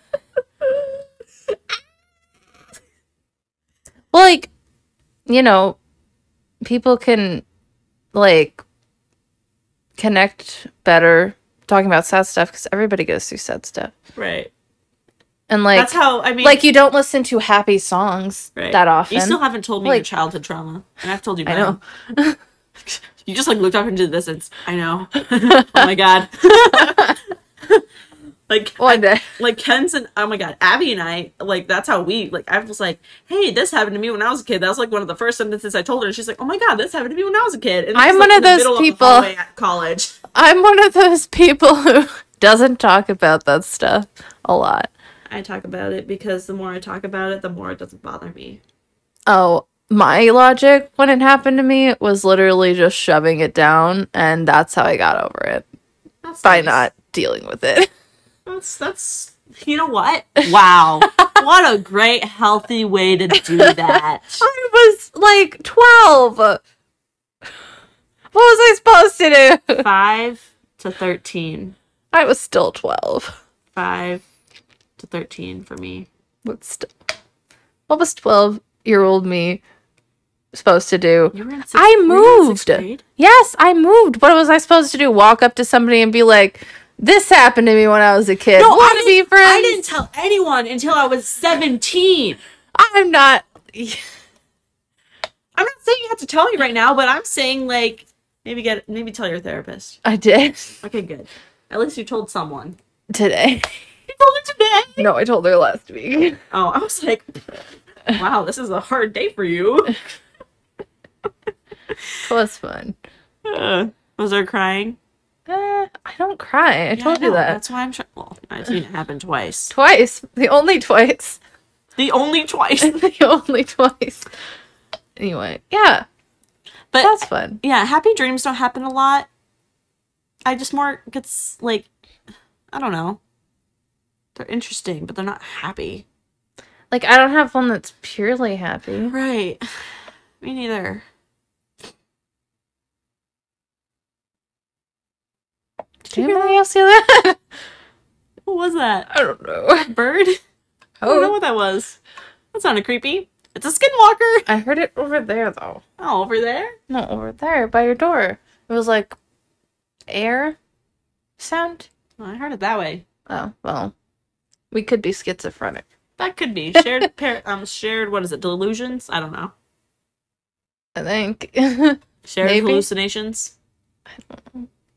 [SPEAKER 2] well, like, you know, people can like connect better talking about sad stuff because everybody goes through sad stuff,
[SPEAKER 1] Right.
[SPEAKER 2] and like,
[SPEAKER 1] That's how, I mean,
[SPEAKER 2] like you don't listen to happy songs
[SPEAKER 1] right.
[SPEAKER 2] that often.
[SPEAKER 1] You still haven't told me your
[SPEAKER 2] Like-
[SPEAKER 1] childhood trauma, and I've told you
[SPEAKER 2] I
[SPEAKER 1] mine.
[SPEAKER 2] know.
[SPEAKER 1] You just like looked up into the distance. I know. oh my god. like
[SPEAKER 2] One day,
[SPEAKER 1] like Ken's and oh my god, Abby and I like that's how we like. I was like, hey, this happened to me when I was a kid. That was like one of the first sentences I told her. And she's like, oh my god, this happened to me when I was a kid. And this
[SPEAKER 2] I'm
[SPEAKER 1] is,
[SPEAKER 2] one
[SPEAKER 1] like,
[SPEAKER 2] of
[SPEAKER 1] in the
[SPEAKER 2] those
[SPEAKER 1] middle the
[SPEAKER 2] people-
[SPEAKER 1] hallway at college.
[SPEAKER 2] I'm one of those people who doesn't talk about that stuff a lot.
[SPEAKER 1] I talk about it because the more I talk about it, the more it doesn't bother me.
[SPEAKER 2] Oh, my logic when it happened to me was literally just shoving it down, and that's how I got over it
[SPEAKER 1] That's
[SPEAKER 2] by
[SPEAKER 1] nice.
[SPEAKER 2] not dealing with it.
[SPEAKER 1] That's that's You know what? Wow. what a great healthy way to do that.
[SPEAKER 2] I was like 12. What was I supposed to do?
[SPEAKER 1] 5 to 13.
[SPEAKER 2] I was still 12.
[SPEAKER 1] 5 to 13 for me.
[SPEAKER 2] What, st- what was 12 year old me supposed to do?
[SPEAKER 1] You were in sixth,
[SPEAKER 2] I
[SPEAKER 1] were you in sixth
[SPEAKER 2] moved.
[SPEAKER 1] grade?
[SPEAKER 2] Yes, I moved. What was I supposed to do? Walk up to somebody and be like, this happened to me when I was a kid.
[SPEAKER 1] No, I
[SPEAKER 2] Want to
[SPEAKER 1] didn't-
[SPEAKER 2] be friends?
[SPEAKER 1] I didn't tell anyone until I was 17.
[SPEAKER 2] I'm not.
[SPEAKER 1] I'm not saying you have to tell me right now, but I'm saying like maybe get maybe tell your therapist.
[SPEAKER 2] I did
[SPEAKER 1] Okay, good. At least you told someone.
[SPEAKER 2] today.
[SPEAKER 1] You told me today.
[SPEAKER 2] No, I told her last week.
[SPEAKER 1] Oh, I was like, wow, this is a hard day for you.
[SPEAKER 2] It was fun.
[SPEAKER 1] Uh, was there crying?
[SPEAKER 2] Uh, I don't cry. I
[SPEAKER 1] Yeah,
[SPEAKER 2] told
[SPEAKER 1] I
[SPEAKER 2] you
[SPEAKER 1] know.
[SPEAKER 2] that
[SPEAKER 1] That's why I'm trying. Well, I've seen it happen twice.
[SPEAKER 2] twice. The only twice.
[SPEAKER 1] The only twice.
[SPEAKER 2] the only twice. Anyway, yeah,
[SPEAKER 1] But
[SPEAKER 2] that's fun.
[SPEAKER 1] yeah, happy dreams don't happen a lot. I just more gets like, I don't know. They're interesting, but they're not happy.
[SPEAKER 2] Like I don't have one that's purely happy.
[SPEAKER 1] Right. Me neither. Did
[SPEAKER 2] Did
[SPEAKER 1] you hear
[SPEAKER 2] anybody
[SPEAKER 1] that?
[SPEAKER 2] else hear that?
[SPEAKER 1] What was that?
[SPEAKER 2] I don't know.
[SPEAKER 1] A bird? I don't know
[SPEAKER 2] Oh,
[SPEAKER 1] what that was. That sounded creepy. It's a skinwalker.
[SPEAKER 2] I heard it over there though.
[SPEAKER 1] Oh, over there?
[SPEAKER 2] No, over there by your door. It was like air sound.
[SPEAKER 1] Oh, I heard it that way.
[SPEAKER 2] Oh well, we could be schizophrenic.
[SPEAKER 1] That could be shared. par- um, shared. What is it? Delusions? I don't know.
[SPEAKER 2] I think. I
[SPEAKER 1] Shared
[SPEAKER 2] Maybe.
[SPEAKER 1] hallucinations.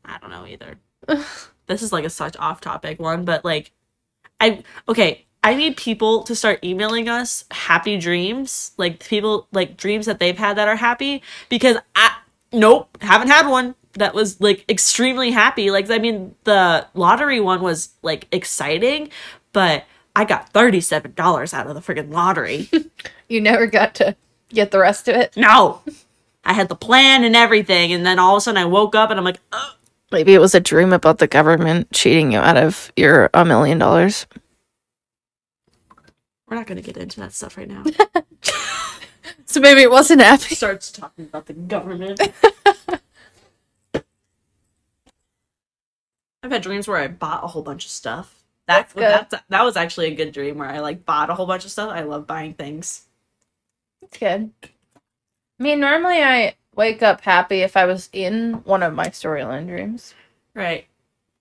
[SPEAKER 1] I don't know either. this is like a such off-topic one, but like, I okay. I need people to start emailing us happy dreams, like people like dreams that they've had that are happy. Because I nope haven't had one that was like extremely happy. Like I mean, the lottery one was like exciting, but I got thirty-seven dollars out of the freaking lottery.
[SPEAKER 2] you never got to get the rest of it.
[SPEAKER 1] No. I had the plan and everything, and then all of a sudden I woke up and I'm like, "Uh, Ugh.
[SPEAKER 2] Maybe it was a dream about the government cheating you out of your a million dollars.
[SPEAKER 1] we're not gonna get into that stuff right now.
[SPEAKER 2] So maybe it wasn't happy.
[SPEAKER 1] Starts talking about the government. I've had dreams where I bought a whole bunch of stuff. That,
[SPEAKER 2] That's good.
[SPEAKER 1] That's, that was actually a good dream where I like bought a whole bunch of stuff. I love buying things.
[SPEAKER 2] It's good. I mean, normally I wake up happy if I was in one of my storyline dreams,
[SPEAKER 1] Right.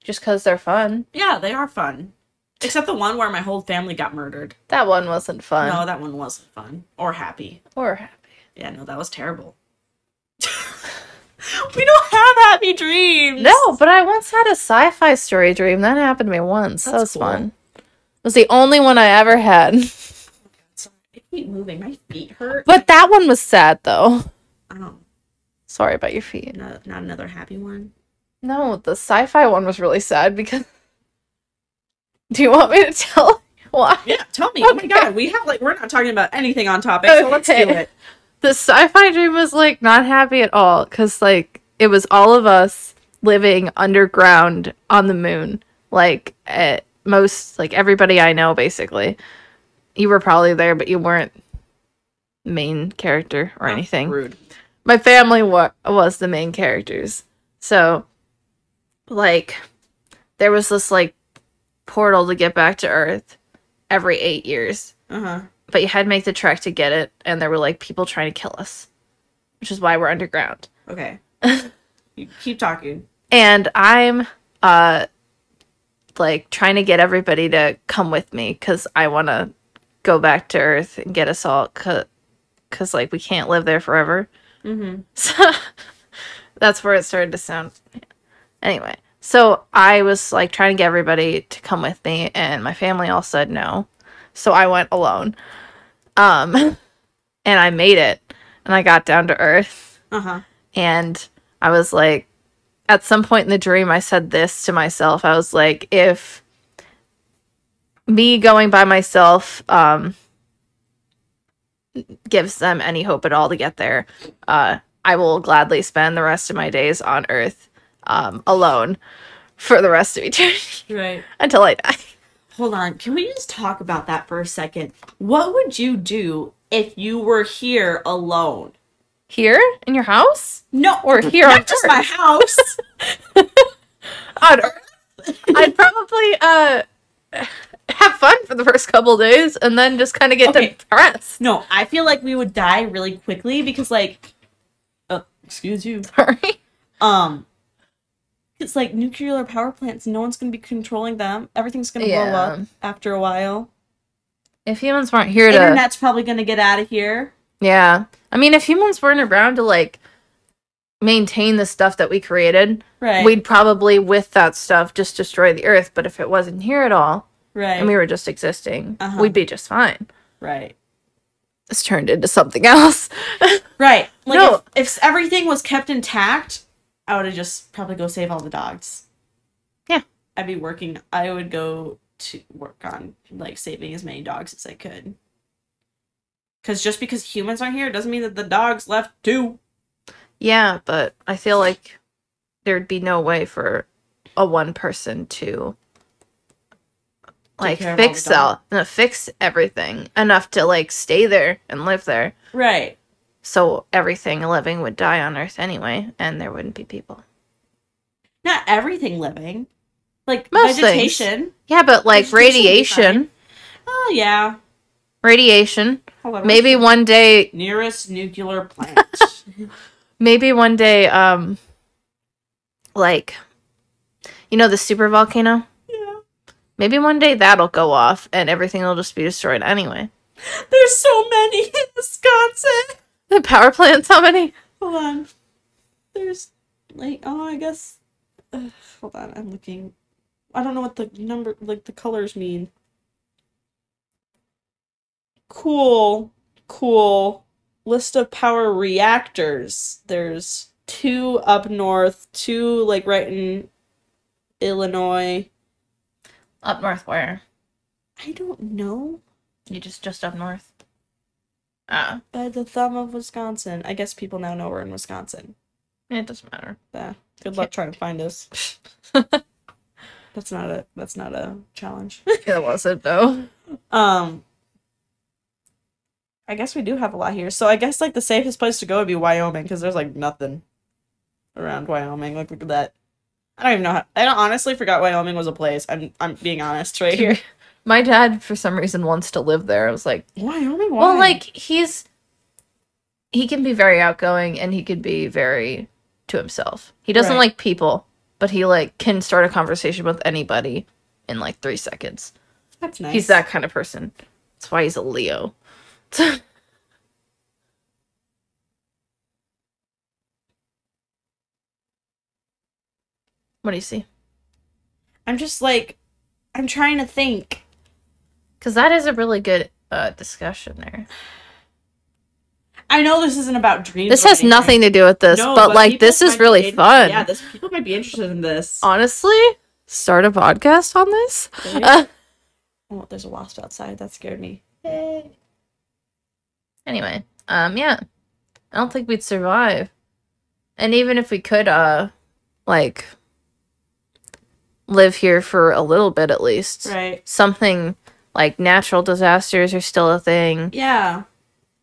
[SPEAKER 2] just because they're fun.
[SPEAKER 1] Yeah, they are fun. Except the one where my whole family got murdered.
[SPEAKER 2] That one wasn't fun
[SPEAKER 1] No, that one wasn't fun or happy.
[SPEAKER 2] or happy.
[SPEAKER 1] Yeah, no, that was terrible. we don't have happy dreams.
[SPEAKER 2] No, but I once had a sci-fi story dream that happened to me once. that
[SPEAKER 1] That's
[SPEAKER 2] was
[SPEAKER 1] cool.
[SPEAKER 2] fun. It was the only one I ever had.
[SPEAKER 1] Sorry, I keep moving. My feet hurt.
[SPEAKER 2] But that one was sad though.
[SPEAKER 1] Oh,
[SPEAKER 2] Sorry about your feet.
[SPEAKER 1] no, not another happy one.
[SPEAKER 2] No, the sci-fi one was really sad because. Do you want me to tell you why?
[SPEAKER 1] Yeah, tell me. Oh my
[SPEAKER 2] Okay.
[SPEAKER 1] god, we have like we're not talking about anything on topic, so let's do
[SPEAKER 2] Okay.
[SPEAKER 1] it.
[SPEAKER 2] the sci-fi dream was like not happy at all because like it was all of us living underground on the moon like at most like everybody i know basically you were probably there but you weren't main character or anything
[SPEAKER 1] Rude.
[SPEAKER 2] my family wa- was the main characters. So, like, there was this like portal to get back to Earth every eight years,
[SPEAKER 1] Uh huh.
[SPEAKER 2] but you had to make the trek to get it, and there were like people trying to kill us, which is why we're underground.
[SPEAKER 1] Okay. you keep talking.
[SPEAKER 2] And I'm uh like trying to get everybody to come with me because I want to go back to Earth and get us all because like we can't live there forever.
[SPEAKER 1] Mm-hmm.
[SPEAKER 2] So that's where it started to sound. Anyway, so I was like trying to get everybody to come with me, and my family all said no. So I went alone. Um, and I made it, and I got down to earth,
[SPEAKER 1] Uh huh.
[SPEAKER 2] and I was like, at some point in the dream, I said this to myself. I was like, if me going by myself um, gives them any hope at all to get there, uh, I will gladly spend the rest of my days on Earth um, alone for the rest of eternity
[SPEAKER 1] Right.
[SPEAKER 2] until I die.
[SPEAKER 1] Hold on. Can we just talk about that for a second? What would you do if you were here alone?
[SPEAKER 2] Here in your house
[SPEAKER 1] No,
[SPEAKER 2] or here on
[SPEAKER 1] not just my
[SPEAKER 2] Earth?
[SPEAKER 1] house.
[SPEAKER 2] on Earth? I'd probably uh have fun for the first couple days and then just kind of get
[SPEAKER 1] Okay.
[SPEAKER 2] depressed.
[SPEAKER 1] no, I feel like we would die really quickly because, like, uh, excuse you.
[SPEAKER 2] Sorry.
[SPEAKER 1] Um, it's like nuclear power plants. No one's gonna be controlling them. Everything's gonna blow
[SPEAKER 2] Yeah.
[SPEAKER 1] up after a while.
[SPEAKER 2] If humans weren't here to
[SPEAKER 1] Internet's probably gonna get out of here.
[SPEAKER 2] Yeah. I mean, if humans weren't around to like maintain the stuff that we created,
[SPEAKER 1] Right.
[SPEAKER 2] we'd probably with that stuff just destroy the earth, but if it wasn't here at all
[SPEAKER 1] right.
[SPEAKER 2] and we were just existing,
[SPEAKER 1] Uh-huh.
[SPEAKER 2] we'd be just fine.
[SPEAKER 1] right.
[SPEAKER 2] It's turned into something else.
[SPEAKER 1] Right. Like
[SPEAKER 2] No.
[SPEAKER 1] if, if everything was kept intact, I would have just probably go save all the dogs.
[SPEAKER 2] Yeah.
[SPEAKER 1] I'd be working. I would go to work on like saving as many dogs as I could. Because just because humans aren't here doesn't mean that the dogs left too.
[SPEAKER 2] yeah, but I feel like there'd be no way for a one person to like
[SPEAKER 1] care of all the
[SPEAKER 2] fix that, no, fix everything enough to like stay there and live there.
[SPEAKER 1] Right.
[SPEAKER 2] So everything living would die on Earth anyway, and there wouldn't be people.
[SPEAKER 1] Not everything living. Like
[SPEAKER 2] Most things.
[SPEAKER 1] vegetation.
[SPEAKER 2] Yeah, but like
[SPEAKER 1] Vegetation would be
[SPEAKER 2] radiation,
[SPEAKER 1] Oh yeah.
[SPEAKER 2] radiation.
[SPEAKER 1] Hold on,
[SPEAKER 2] Maybe
[SPEAKER 1] what's
[SPEAKER 2] one day,
[SPEAKER 1] the nearest nuclear plant.
[SPEAKER 2] maybe one day, um, like, you know, the super volcano.
[SPEAKER 1] yeah.
[SPEAKER 2] Maybe one day that'll go off, and everything will just be destroyed anyway.
[SPEAKER 1] There's so many in Wisconsin.
[SPEAKER 2] The power plants, how many?
[SPEAKER 1] Hold on. There's like oh I guess Ugh, hold on, I'm looking. I don't know what the number like the colors mean. Cool. Cool. List of power reactors. There's two up north, two like right in Illinois.
[SPEAKER 2] Up north, where
[SPEAKER 1] I don't know.
[SPEAKER 2] you just just up north. Ah,
[SPEAKER 1] By the thumb of Wisconsin. I guess people now know we're in Wisconsin.
[SPEAKER 2] it doesn't matter.
[SPEAKER 1] Yeah. Good luck trying to find us. That's not a that's not a challenge.
[SPEAKER 2] it wasn't though.
[SPEAKER 1] um I guess we do have a lot here. So I guess like the safest place to go would be Wyoming cuz there's like nothing around Wyoming. Like look at that. I don't even know how I don't, honestly forgot Wyoming was a place. I'm I'm being honest right here.
[SPEAKER 2] My dad, for some reason, wants to live there. I was like,
[SPEAKER 1] Wyoming why?
[SPEAKER 2] Well, like he's he can be very outgoing and he could be very to himself. He doesn't
[SPEAKER 1] Right.
[SPEAKER 2] like people, but he like can start a conversation with anybody in like 3 seconds.
[SPEAKER 1] that's nice.
[SPEAKER 2] He's that kind of person. That's why he's a Leo. what do you see?
[SPEAKER 1] I'm just like I'm trying to think.
[SPEAKER 2] Cuz that is a really good uh discussion there.
[SPEAKER 1] I know this isn't about dreams.
[SPEAKER 2] This
[SPEAKER 1] or
[SPEAKER 2] has
[SPEAKER 1] anything.
[SPEAKER 2] nothing to do with this,
[SPEAKER 1] No,
[SPEAKER 2] but like
[SPEAKER 1] people
[SPEAKER 2] this
[SPEAKER 1] might
[SPEAKER 2] is
[SPEAKER 1] be
[SPEAKER 2] really
[SPEAKER 1] in-
[SPEAKER 2] fun.
[SPEAKER 1] Yeah, this people might be interested in this.
[SPEAKER 2] honestly start a podcast on this
[SPEAKER 1] Really?
[SPEAKER 2] Uh.
[SPEAKER 1] oh, there's a wasp outside. That scared me.
[SPEAKER 2] anyway um yeah i don't think we'd survive and even if we could uh like live here for a little bit at least
[SPEAKER 1] Right.
[SPEAKER 2] something like natural disasters are still a thing
[SPEAKER 1] Yeah.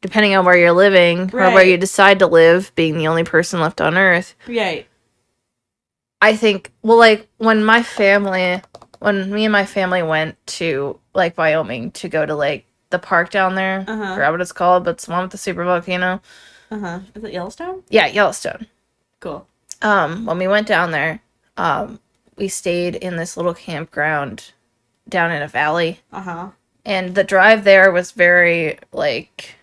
[SPEAKER 2] depending on where you're living or where
[SPEAKER 1] Right.
[SPEAKER 2] you decide to live being the only person left on earth
[SPEAKER 1] Right.
[SPEAKER 2] I think well like when my family when me and my family went to like Wyoming to go to like the park down there. I
[SPEAKER 1] Uh huh.
[SPEAKER 2] forgot what it's called, but it's the one with the super volcano.
[SPEAKER 1] Uh huh. Is it Yellowstone?
[SPEAKER 2] Yeah, Yellowstone.
[SPEAKER 1] Cool.
[SPEAKER 2] Um, when we went down there, um, we stayed in this little campground down in a valley.
[SPEAKER 1] Uh huh.
[SPEAKER 2] And the drive there was very like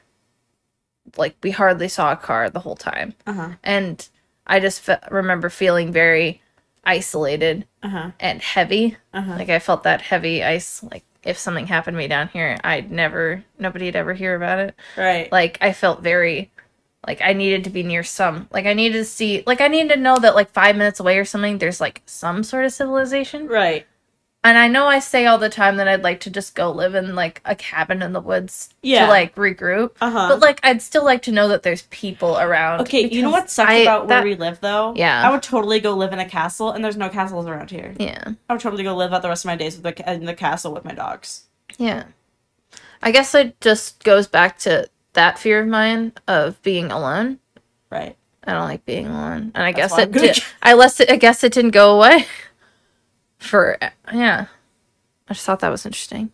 [SPEAKER 2] like we hardly saw a car the whole time.
[SPEAKER 1] Uh huh.
[SPEAKER 2] And I just fe- remember feeling very isolated
[SPEAKER 1] Uh huh.
[SPEAKER 2] and heavy.
[SPEAKER 1] Uh huh.
[SPEAKER 2] Like I felt that heavy ice. Like if something happened to me down here, I'd never, nobody'd ever hear about it.
[SPEAKER 1] Right.
[SPEAKER 2] Like I felt very, like I needed to be near some, like I needed to see, like I needed to know that like five minutes away or something, there's like some sort of civilization.
[SPEAKER 1] Right.
[SPEAKER 2] And I know I say all the time that I'd like to just go live in like a cabin in the woods
[SPEAKER 1] Yeah.
[SPEAKER 2] to like regroup.
[SPEAKER 1] Uh huh.
[SPEAKER 2] But like I'd still like to know that there's people around.
[SPEAKER 1] Okay, you know
[SPEAKER 2] because
[SPEAKER 1] what sucks
[SPEAKER 2] I-
[SPEAKER 1] about where
[SPEAKER 2] that-
[SPEAKER 1] we live though?
[SPEAKER 2] Yeah.
[SPEAKER 1] I would totally go live in a castle, and there's no castles around here.
[SPEAKER 2] Yeah.
[SPEAKER 1] I would totally go live out the rest of my days with the, ca- in the castle with my dogs.
[SPEAKER 2] Yeah. I guess it just goes back to that fear of mine of being alone.
[SPEAKER 1] Right.
[SPEAKER 2] I don't like being alone. And I
[SPEAKER 1] That's
[SPEAKER 2] guess
[SPEAKER 1] why
[SPEAKER 2] it
[SPEAKER 1] I'm good.
[SPEAKER 2] did I less it, I guess it didn't go away. For yeah. I just thought that was interesting.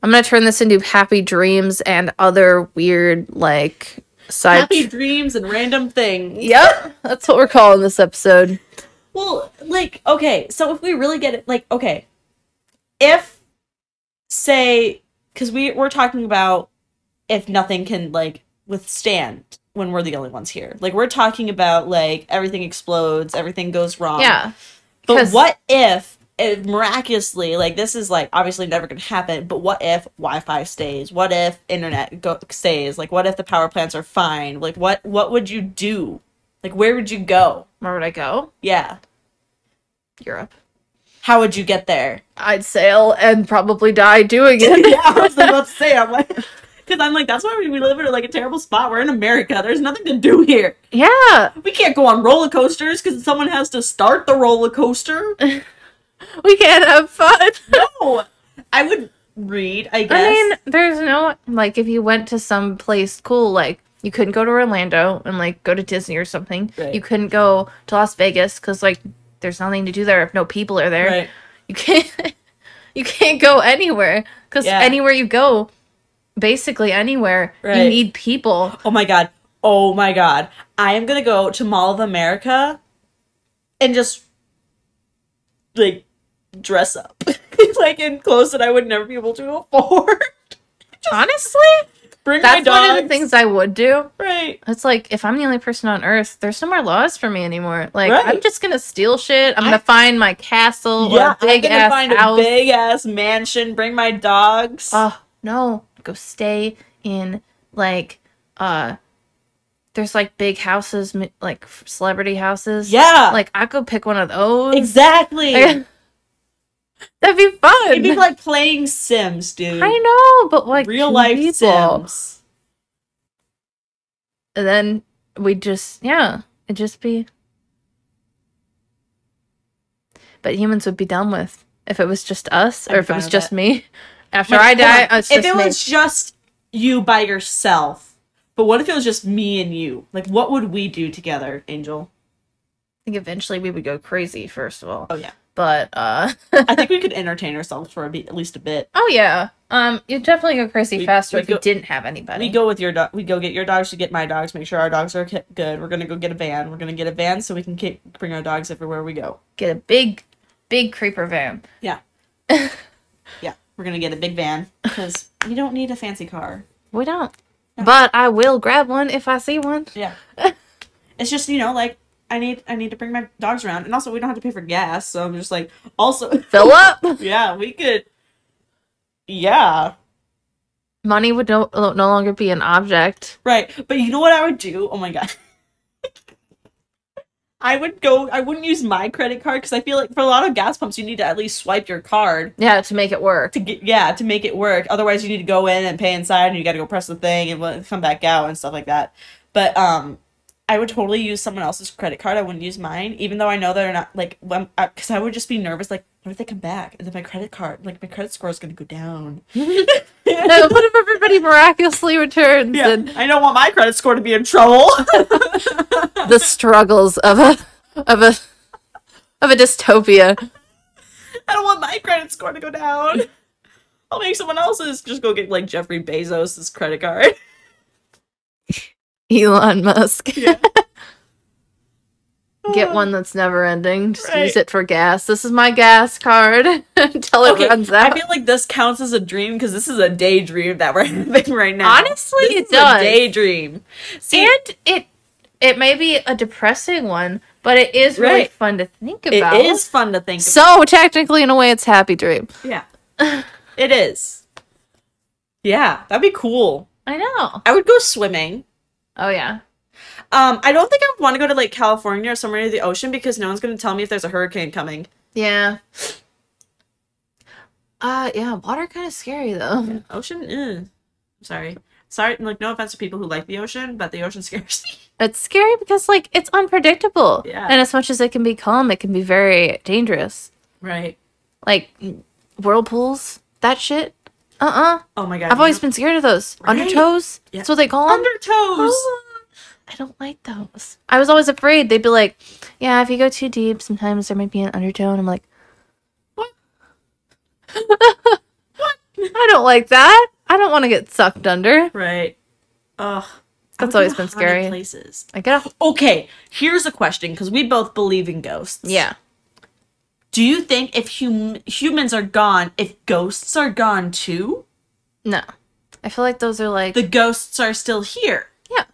[SPEAKER 2] I'm gonna turn this into happy dreams and other weird like side
[SPEAKER 1] Happy dreams and random things.
[SPEAKER 2] Yep, that's what we're calling this episode.
[SPEAKER 1] Well, like, okay, so if we really get it, like, okay, if, say, because we, we're talking about if nothing can, like, withstand when we're the only ones here. Like, we're talking about, like, everything explodes, everything goes wrong.
[SPEAKER 2] yeah.
[SPEAKER 1] But
[SPEAKER 2] 'Cause-
[SPEAKER 1] what if, if miraculously, like this is like obviously never going to happen, but what if Wi-Fi stays? What if internet go- stays? Like what if the power plants are fine? Like what what would you do? Like where would you go?
[SPEAKER 2] Where would I go?
[SPEAKER 1] Yeah.
[SPEAKER 2] Europe.
[SPEAKER 1] How would you get there?
[SPEAKER 2] I'd sail and probably die doing it.
[SPEAKER 1] yeah, I was about to say I'm like cuz I'm like that's why we live in like a terrible spot. We're in America. There's nothing to do here.
[SPEAKER 2] yeah.
[SPEAKER 1] We can't go on roller coasters cuz someone has to start the roller coaster.
[SPEAKER 2] We can't have fun.
[SPEAKER 1] no. I would read, I guess.
[SPEAKER 2] I mean, there's no like if you went to some place cool, like you couldn't go to Orlando and like go to Disney or something.
[SPEAKER 1] Right.
[SPEAKER 2] You couldn't go to Las Vegas because like there's nothing to do there if no people are there.
[SPEAKER 1] right.
[SPEAKER 2] You can't you can't go anywhere because
[SPEAKER 1] Yeah.
[SPEAKER 2] anywhere you go, basically anywhere, you
[SPEAKER 1] Right.
[SPEAKER 2] need people.
[SPEAKER 1] Oh my god. Oh my god. I am gonna go to Mall of America and just like dress up. like in clothes that I would never be able to afford.
[SPEAKER 2] Honestly,
[SPEAKER 1] Bring my
[SPEAKER 2] that's
[SPEAKER 1] dogs.
[SPEAKER 2] one of the things I would do.
[SPEAKER 1] Right.
[SPEAKER 2] It's like if I'm the only person on Earth, there's no more laws for me anymore. Like
[SPEAKER 1] Right.
[SPEAKER 2] I'm just gonna steal shit. I'm
[SPEAKER 1] I-
[SPEAKER 2] gonna find my castle
[SPEAKER 1] Yeah,
[SPEAKER 2] or big
[SPEAKER 1] I'm gonna
[SPEAKER 2] ass
[SPEAKER 1] find
[SPEAKER 2] house.
[SPEAKER 1] a big ass mansion, bring my dogs.
[SPEAKER 2] Oh no, go stay in like uh there's like big houses mi- like f- celebrity houses.
[SPEAKER 1] yeah.
[SPEAKER 2] Like I could pick one of those.
[SPEAKER 1] exactly.
[SPEAKER 2] Like, That'd be fun.
[SPEAKER 1] It'd be like playing Sims, dude.
[SPEAKER 2] I know, but like
[SPEAKER 1] Real life
[SPEAKER 2] people.
[SPEAKER 1] Sims.
[SPEAKER 2] And then we just yeah, it'd just be But humans would be done with if it was just us
[SPEAKER 1] I'd
[SPEAKER 2] or
[SPEAKER 1] be
[SPEAKER 2] if it
[SPEAKER 1] fine
[SPEAKER 2] was
[SPEAKER 1] with
[SPEAKER 2] just
[SPEAKER 1] that.
[SPEAKER 2] me. After
[SPEAKER 1] Like,
[SPEAKER 2] I
[SPEAKER 1] hold
[SPEAKER 2] die, Oh,
[SPEAKER 1] on.
[SPEAKER 2] it's
[SPEAKER 1] if
[SPEAKER 2] just
[SPEAKER 1] it
[SPEAKER 2] me.
[SPEAKER 1] was just you by yourself, but what if it was just me and you? Like, what would we do together, Angel?
[SPEAKER 2] I think eventually we would go crazy first of all.
[SPEAKER 1] Oh yeah,
[SPEAKER 2] But uh
[SPEAKER 1] I think we could entertain ourselves for a bit, at least a bit.
[SPEAKER 2] Oh yeah. Um, you definitely go crazy
[SPEAKER 1] We-
[SPEAKER 2] faster
[SPEAKER 1] we
[SPEAKER 2] if
[SPEAKER 1] go-
[SPEAKER 2] you didn't have anybody.
[SPEAKER 1] We go with your dog. We go get your dogs. You get my dogs. Make sure our dogs are ki- good. We're gonna go get a van. We're gonna get a van so we can ki- bring our dogs everywhere we go.
[SPEAKER 2] Get a big, big creeper van.
[SPEAKER 1] Yeah, yeah. We're gonna get a big van because you don't need a fancy car.
[SPEAKER 2] We don't. But I will grab one if I see one.
[SPEAKER 1] Yeah. it's just, you know, like I need I need to bring my dogs around. And also we don't have to pay for gas, so I'm just like also
[SPEAKER 2] Fill up.
[SPEAKER 1] Yeah, we could Yeah.
[SPEAKER 2] Money would no, no longer be an object.
[SPEAKER 1] Right. But you know what I would do? Oh my god. I would go I wouldn't use my credit card cuz I feel like for a lot of gas pumps you need to at least swipe your card
[SPEAKER 2] Yeah, to make it work.
[SPEAKER 1] to get yeah, to make it work. Otherwise you need to go in and pay inside and you got to go press the thing and what- come back out and stuff like that. But um I would totally use someone else's credit card. I wouldn't use mine, even though I know they're not like when because I would just be nervous. Like, what if they come back and then my credit card, like my credit score is gonna go down.
[SPEAKER 2] No, what if everybody miraculously returns
[SPEAKER 1] Yeah,
[SPEAKER 2] and
[SPEAKER 1] I don't want my credit score to be in trouble.
[SPEAKER 2] the struggles of a of a of a dystopia?
[SPEAKER 1] I don't want my credit score to go down. I'll make someone else's. Just go get like Jeffrey Bezos's credit card.
[SPEAKER 2] Elon Musk.
[SPEAKER 1] Yeah.
[SPEAKER 2] Get one that's never ending. Just use
[SPEAKER 1] Right.
[SPEAKER 2] it for gas. This is my gas card until it
[SPEAKER 1] Okay,
[SPEAKER 2] runs out.
[SPEAKER 1] I feel like this counts as a dream because this is a daydream that we're having right now.
[SPEAKER 2] Honestly,
[SPEAKER 1] This
[SPEAKER 2] it
[SPEAKER 1] is
[SPEAKER 2] does.
[SPEAKER 1] A daydream. See,
[SPEAKER 2] and it it may be a depressing one, but it is really
[SPEAKER 1] Right.
[SPEAKER 2] fun to think about.
[SPEAKER 1] it is fun to think.
[SPEAKER 2] So technically, in a way, it's happy dream.
[SPEAKER 1] about. Yeah, it is. Yeah, that'd be cool.
[SPEAKER 2] I know.
[SPEAKER 1] I would go swimming.
[SPEAKER 2] Oh yeah.
[SPEAKER 1] Um, I don't think I want to go to like California or somewhere near the ocean because no one's going to tell me if there's a hurricane coming.
[SPEAKER 2] Yeah. Uh, yeah, water kind of scary though.
[SPEAKER 1] Yeah, Ocean, ugh. I'm sorry. Sorry, like no offense to people who like the ocean, but the ocean scares me.
[SPEAKER 2] It's scary because like it's unpredictable.
[SPEAKER 1] Yeah.
[SPEAKER 2] And as much as it can be calm, it can be very dangerous.
[SPEAKER 1] Right.
[SPEAKER 2] Like whirlpools, that shit. Uh uh-uh. uh.
[SPEAKER 1] Oh my god.
[SPEAKER 2] i have always
[SPEAKER 1] you
[SPEAKER 2] been scared of those.
[SPEAKER 1] Right.
[SPEAKER 2] Undertows.
[SPEAKER 1] Yeah.
[SPEAKER 2] That's what they call
[SPEAKER 1] know-
[SPEAKER 2] them.
[SPEAKER 1] undertows.
[SPEAKER 2] I don't like those. I was always afraid. They'd be like, "Yeah, if you go too deep, sometimes there might be an undertone." I'm like, "What? what? I don't like that. I don't want to get sucked under."
[SPEAKER 1] Right. Ugh. I
[SPEAKER 2] That's
[SPEAKER 1] would
[SPEAKER 2] always
[SPEAKER 1] go to
[SPEAKER 2] been
[SPEAKER 1] haunted
[SPEAKER 2] scary.
[SPEAKER 1] Places.
[SPEAKER 2] I get a
[SPEAKER 1] Okay, here's a question because we both believe in ghosts.
[SPEAKER 2] yeah.
[SPEAKER 1] Do you think if hum- humans are gone, if ghosts are gone too,
[SPEAKER 2] No, I feel like those are like
[SPEAKER 1] the ghosts are still here?
[SPEAKER 2] yeah.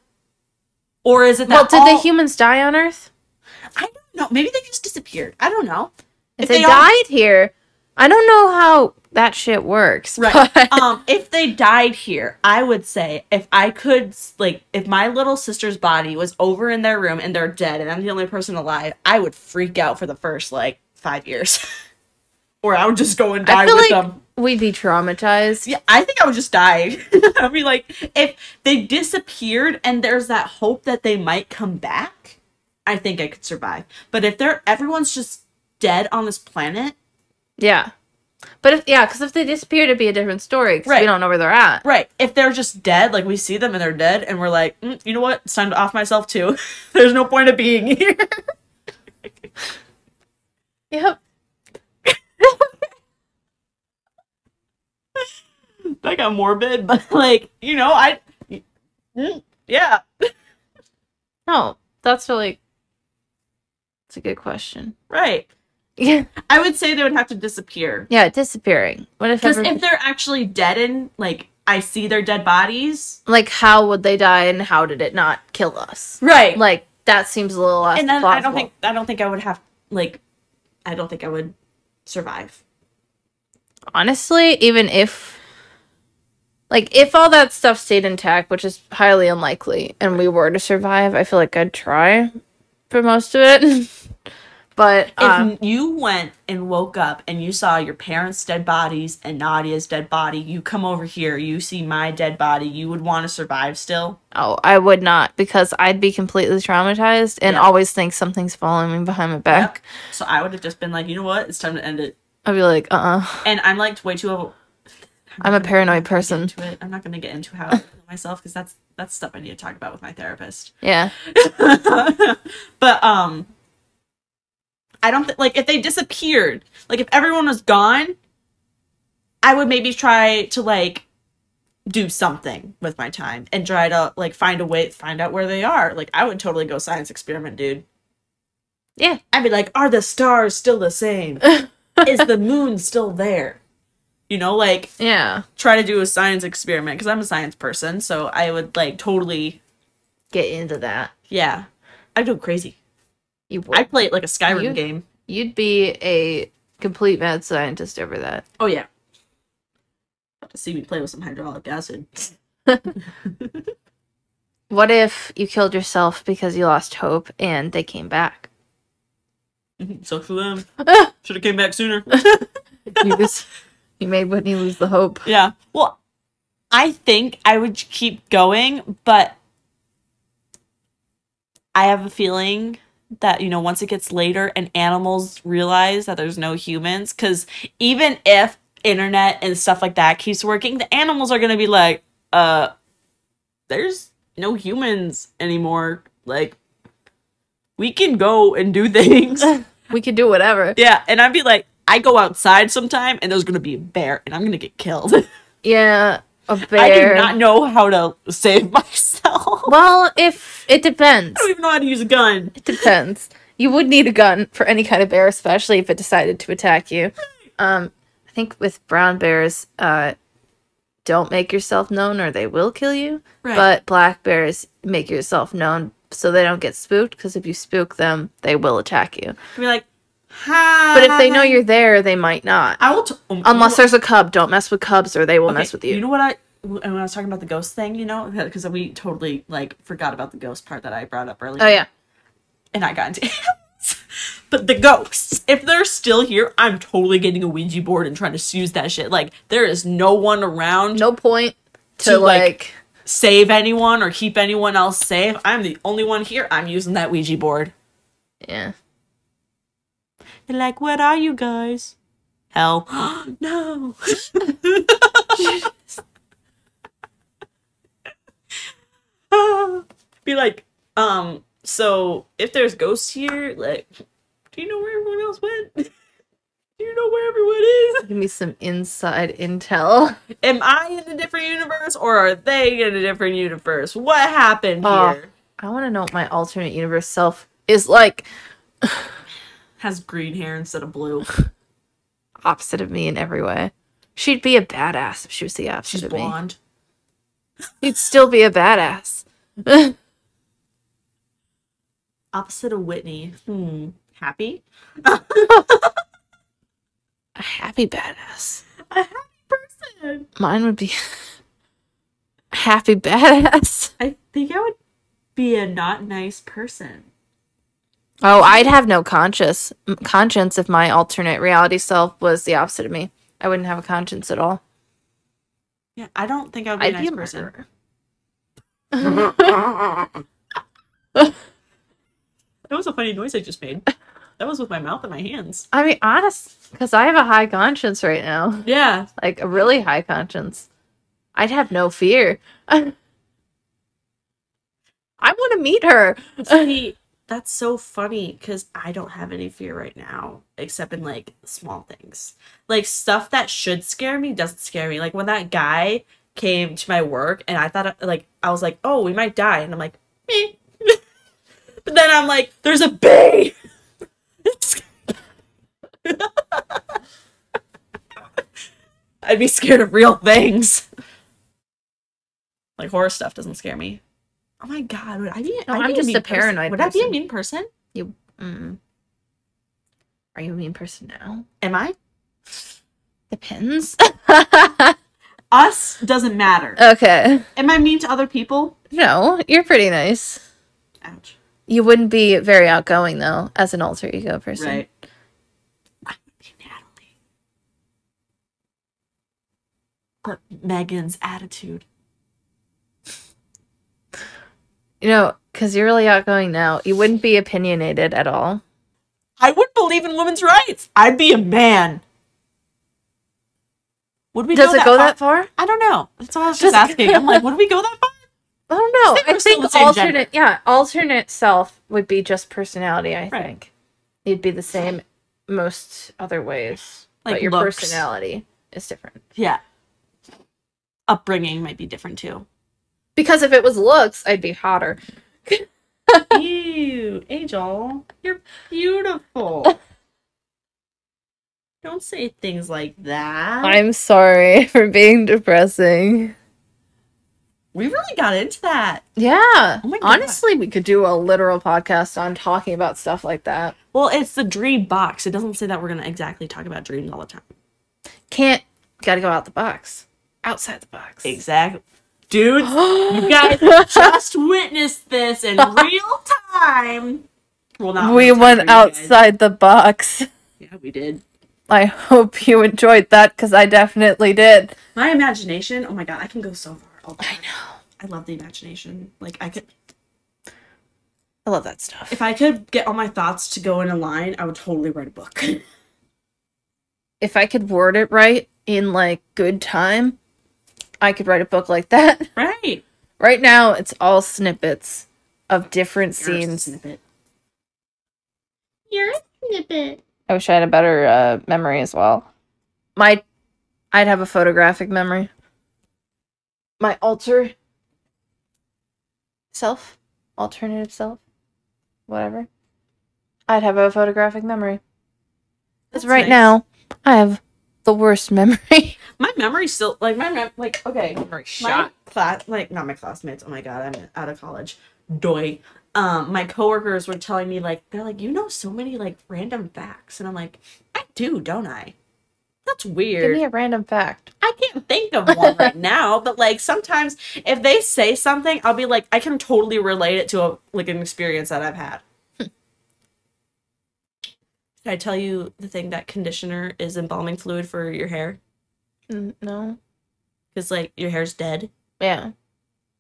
[SPEAKER 1] Or is it
[SPEAKER 2] Well,
[SPEAKER 1] that
[SPEAKER 2] did
[SPEAKER 1] all-
[SPEAKER 2] the humans die on Earth?
[SPEAKER 1] I don't know. Maybe they just disappeared. I don't know.
[SPEAKER 2] If,
[SPEAKER 1] If
[SPEAKER 2] they,
[SPEAKER 1] they all-
[SPEAKER 2] died here, I don't know how that shit works.
[SPEAKER 1] Right.
[SPEAKER 2] but-
[SPEAKER 1] um, if they died here, I would say if I could, like, if my little sister's body was over in their room and they're dead and I'm the only person alive, I would freak out for the first, like, five years. or I would just go and die
[SPEAKER 2] I feel
[SPEAKER 1] with
[SPEAKER 2] like
[SPEAKER 1] them.
[SPEAKER 2] we'd be traumatized.
[SPEAKER 1] Yeah, I think I would just die. I'd be like, if they disappeared and there's that hope that they might come back, I think I could survive. But if they're everyone's just dead on this planet,
[SPEAKER 2] Yeah. But if, yeah, because if they disappear, it'd be a different story because
[SPEAKER 1] Right.
[SPEAKER 2] we don't know where they're at.
[SPEAKER 1] right? If they're just dead, like we see them and they're dead, and we're like, mm, you know what? It's time to off myself too. there's no point of being here.
[SPEAKER 2] Yep.
[SPEAKER 1] I got morbid, but like, you know, I, mm, yeah,
[SPEAKER 2] No, that's really. That's a good question.
[SPEAKER 1] right.
[SPEAKER 2] Yeah.
[SPEAKER 1] I would say they would have to disappear
[SPEAKER 2] Yeah, disappearing. What if,
[SPEAKER 1] because
[SPEAKER 2] every-
[SPEAKER 1] if they're actually dead and like I see their dead bodies,
[SPEAKER 2] like how would they die and how did it not kill us?
[SPEAKER 1] right?
[SPEAKER 2] Like that seems a little less
[SPEAKER 1] and then I
[SPEAKER 2] plausible.
[SPEAKER 1] don't think I don't think I would have like I don't think I would survive.
[SPEAKER 2] honestly, even if like if all that stuff stayed intact, which is highly unlikely, and we were to survive, I feel like I'd try for most of it. but um,
[SPEAKER 1] if you went and woke up and you saw your parents' dead bodies and Nadia's dead body, you come over here, you see my dead body, you would want to survive still.
[SPEAKER 2] oh, I would not because I'd be completely traumatized and
[SPEAKER 1] Yeah.
[SPEAKER 2] always think something's following me behind my back.
[SPEAKER 1] So I would have just been like, you know what, it's time to end it.
[SPEAKER 2] I'd be like, uh, uh
[SPEAKER 1] And I'm like way too over
[SPEAKER 2] I'm a paranoid person.
[SPEAKER 1] into it. I'm not gonna get into how I feel myself because that's that's stuff I need to talk about with my therapist.
[SPEAKER 2] Yeah,
[SPEAKER 1] but um i don't think like if they disappeared like if everyone was gone i would maybe try to like do something with my time and try to like find a way find out where they are like i would totally go science experiment dude
[SPEAKER 2] yeah,
[SPEAKER 1] i'd be like are the stars still the same is the moon still there you know like
[SPEAKER 2] yeah.
[SPEAKER 1] try to do a science experiment because i'm a science person so i would like totally
[SPEAKER 2] Get into that.
[SPEAKER 1] yeah i'd go crazy
[SPEAKER 2] You would.
[SPEAKER 1] i'd play it like a skyrim
[SPEAKER 2] You-
[SPEAKER 1] game
[SPEAKER 2] You'd be a complete mad scientist over that.
[SPEAKER 1] Oh yeah. About to see me play with some hydraulic acid.
[SPEAKER 2] What if you killed yourself because you lost hope and they came back?
[SPEAKER 1] Sucks for them. Should have came back sooner.
[SPEAKER 2] You just you made Whitney lose the hope.
[SPEAKER 1] yeah. Well, I think I would keep going, but I have a feeling that you know once it gets later and animals realize that there's no humans because even if internet and stuff like that keeps working the animals are going to be like uh there's no humans anymore like we can go and do things
[SPEAKER 2] We could do whatever.
[SPEAKER 1] yeah and i'd be like i go outside sometime and there's going to be a bear and i'm going to get killed
[SPEAKER 2] Yeah, a bear.
[SPEAKER 1] i do not know how to save myself
[SPEAKER 2] Well, if it depends.
[SPEAKER 1] i don't even know how to use a gun
[SPEAKER 2] It depends. You would need a gun for any kind of bear, especially if it decided to attack you. Um, I think with brown bears, uh, don't make yourself known or they will kill you.
[SPEAKER 1] Right.
[SPEAKER 2] But black bears make yourself known so they don't get spooked because if you spook them, they will attack you.
[SPEAKER 1] I'd be like hi
[SPEAKER 2] But if they know you're there, they might not.
[SPEAKER 1] i will t- um,
[SPEAKER 2] Unless there's a cub, don't mess with cubs or they will
[SPEAKER 1] Okay,
[SPEAKER 2] mess with you.
[SPEAKER 1] You know what I and when I was talking about the ghost thing, you know, because we totally like forgot about the ghost part that I brought up earlier.
[SPEAKER 2] oh yeah.
[SPEAKER 1] and I got into. But the ghosts, if they're still here, I'm totally getting a Ouija board and trying to use that shit. Like there is no one around
[SPEAKER 2] No point to,
[SPEAKER 1] To, like-
[SPEAKER 2] like,
[SPEAKER 1] save anyone or keep anyone else safe. I'm the only one here. I'm using that Ouija board.
[SPEAKER 2] yeah.
[SPEAKER 1] They're like, what are you guys? Hell. no. Be like, um, so if there's ghosts here, like, do you know where everyone else went? do you know where everyone
[SPEAKER 2] Give me some inside intel.
[SPEAKER 1] is? Am I in a different universe or are they in a different universe? What happened
[SPEAKER 2] Oh.
[SPEAKER 1] here?
[SPEAKER 2] I want to know what my alternate universe self is like
[SPEAKER 1] Has green hair instead of blue.
[SPEAKER 2] opposite of me in every way. She'd be a badass if she was the opposite
[SPEAKER 1] She's
[SPEAKER 2] of
[SPEAKER 1] blonde.
[SPEAKER 2] me. She'd still be a badass.
[SPEAKER 1] Opposite of Whitney. Hmm. Happy?
[SPEAKER 2] a happy badass.
[SPEAKER 1] A happy person.
[SPEAKER 2] Mine would be a happy badass.
[SPEAKER 1] I think I would be a not nice person.
[SPEAKER 2] Oh, I'd have no conscious m- conscience if my alternate reality self was the opposite of me. I wouldn't have a conscience at all.
[SPEAKER 1] Yeah, I don't think I would be
[SPEAKER 2] I'd
[SPEAKER 1] a
[SPEAKER 2] be
[SPEAKER 1] nice
[SPEAKER 2] a
[SPEAKER 1] person.
[SPEAKER 2] murderer.
[SPEAKER 1] That was a funny noise I just made. That was with my mouth and my hands.
[SPEAKER 2] I mean, honest, because I have a high conscience right now,
[SPEAKER 1] Yeah.
[SPEAKER 2] like a really high conscience. I'd have no fear. I want to meet her.
[SPEAKER 1] See, that's so funny because I don't have any fear right now, except in like small things. Like stuff that should scare me doesn't scare me. Like when that guy came to my work and I thought, like, I was like, oh, we might die. And I'm like, meh. but then I'm like, there's a bee. I'd be scared of real things. Like horror stuff doesn't scare me. Oh my god, would I be?
[SPEAKER 2] No,
[SPEAKER 1] I'd
[SPEAKER 2] I'm
[SPEAKER 1] be
[SPEAKER 2] just
[SPEAKER 1] mean
[SPEAKER 2] a
[SPEAKER 1] Person.
[SPEAKER 2] paranoid
[SPEAKER 1] Would I be a
[SPEAKER 2] person.
[SPEAKER 1] mean person?
[SPEAKER 2] You, mm. are you a mean person now?
[SPEAKER 1] Am I?
[SPEAKER 2] Depends.
[SPEAKER 1] Us doesn't matter.
[SPEAKER 2] Uh, okay.
[SPEAKER 1] Am I mean to other people?
[SPEAKER 2] No, you're pretty nice.
[SPEAKER 1] Ouch.
[SPEAKER 2] You wouldn't be very outgoing though, as an alter ego person.
[SPEAKER 1] Right. I would be Natalie. But Megan's attitude.
[SPEAKER 2] You know, because you're really outgoing now. You wouldn't be opinionated at all.
[SPEAKER 1] I would believe in women's rights. I'd be a man. Would we
[SPEAKER 2] Does
[SPEAKER 1] go
[SPEAKER 2] it
[SPEAKER 1] that
[SPEAKER 2] go
[SPEAKER 1] far?
[SPEAKER 2] that far?
[SPEAKER 1] I don't know. That's all I was
[SPEAKER 2] Does
[SPEAKER 1] just
[SPEAKER 2] it-
[SPEAKER 1] asking. I'm like, would we go that far?
[SPEAKER 2] I don't know.
[SPEAKER 1] think
[SPEAKER 2] I
[SPEAKER 1] we're still
[SPEAKER 2] think,
[SPEAKER 1] the same
[SPEAKER 2] alternate,
[SPEAKER 1] gender.
[SPEAKER 2] yeah, alternate self would be just personality. I think you'd be the same most other ways,
[SPEAKER 1] Like
[SPEAKER 2] but your
[SPEAKER 1] looks.
[SPEAKER 2] personality is different.
[SPEAKER 1] Yeah. Upbringing might be different too.
[SPEAKER 2] Because if it was looks, I'd be hotter.
[SPEAKER 1] Ew, Angel, you're beautiful. Don't say things like that.
[SPEAKER 2] I'm sorry for being depressing.
[SPEAKER 1] we really got into that.
[SPEAKER 2] Yeah.
[SPEAKER 1] Oh my God.
[SPEAKER 2] Honestly, we could do a literal podcast on talking about stuff like that.
[SPEAKER 1] Well, it's the dream box. It doesn't say that we're going to exactly talk about dreams all the time.
[SPEAKER 2] Can't gotta go out the box. Outside the box.
[SPEAKER 1] Exactly. Dudes, you guys just witnessed this in real time. Well, not
[SPEAKER 2] We
[SPEAKER 1] real time for
[SPEAKER 2] went
[SPEAKER 1] you guys.
[SPEAKER 2] outside the box.
[SPEAKER 1] Yeah, we did.
[SPEAKER 2] I hope you enjoyed that because I definitely did.
[SPEAKER 1] My imagination. Oh my god, I can go so far. all the time. I love the imagination. Like I could,
[SPEAKER 2] I love that stuff.
[SPEAKER 1] if I could get all my thoughts to go in a line, I would totally write a book.
[SPEAKER 2] If I could word it right in like good time, I could write a book like that.
[SPEAKER 1] right.
[SPEAKER 2] Right now, it's all snippets of different scenes.
[SPEAKER 1] snippet. Your snippet.
[SPEAKER 2] I wish I had a better uh, memory as well. My, I'd have a photographic memory. My alter self, alternative self, whatever. I'd have a photographic memory. Because right now, I have the worst memory.
[SPEAKER 1] my memory's still like my mem- like okay.
[SPEAKER 2] memory
[SPEAKER 1] My class, like not my classmates. Oh my god, I'm out of college. Doy. Um, my coworkers were telling me like they're like you know so many like random facts, and I'm like I do, don't I? That's
[SPEAKER 2] Give
[SPEAKER 1] weird.
[SPEAKER 2] me a random fact.
[SPEAKER 1] I can't think of one right now, but like sometimes if they say something, I'll be like, I
[SPEAKER 2] Hmm.
[SPEAKER 1] can totally relate it to a like an experience that I've had. Did I tell you the thing that conditioner is embalming fluid for your hair?
[SPEAKER 2] N- No.
[SPEAKER 1] Because like your hair's dead.
[SPEAKER 2] Yeah.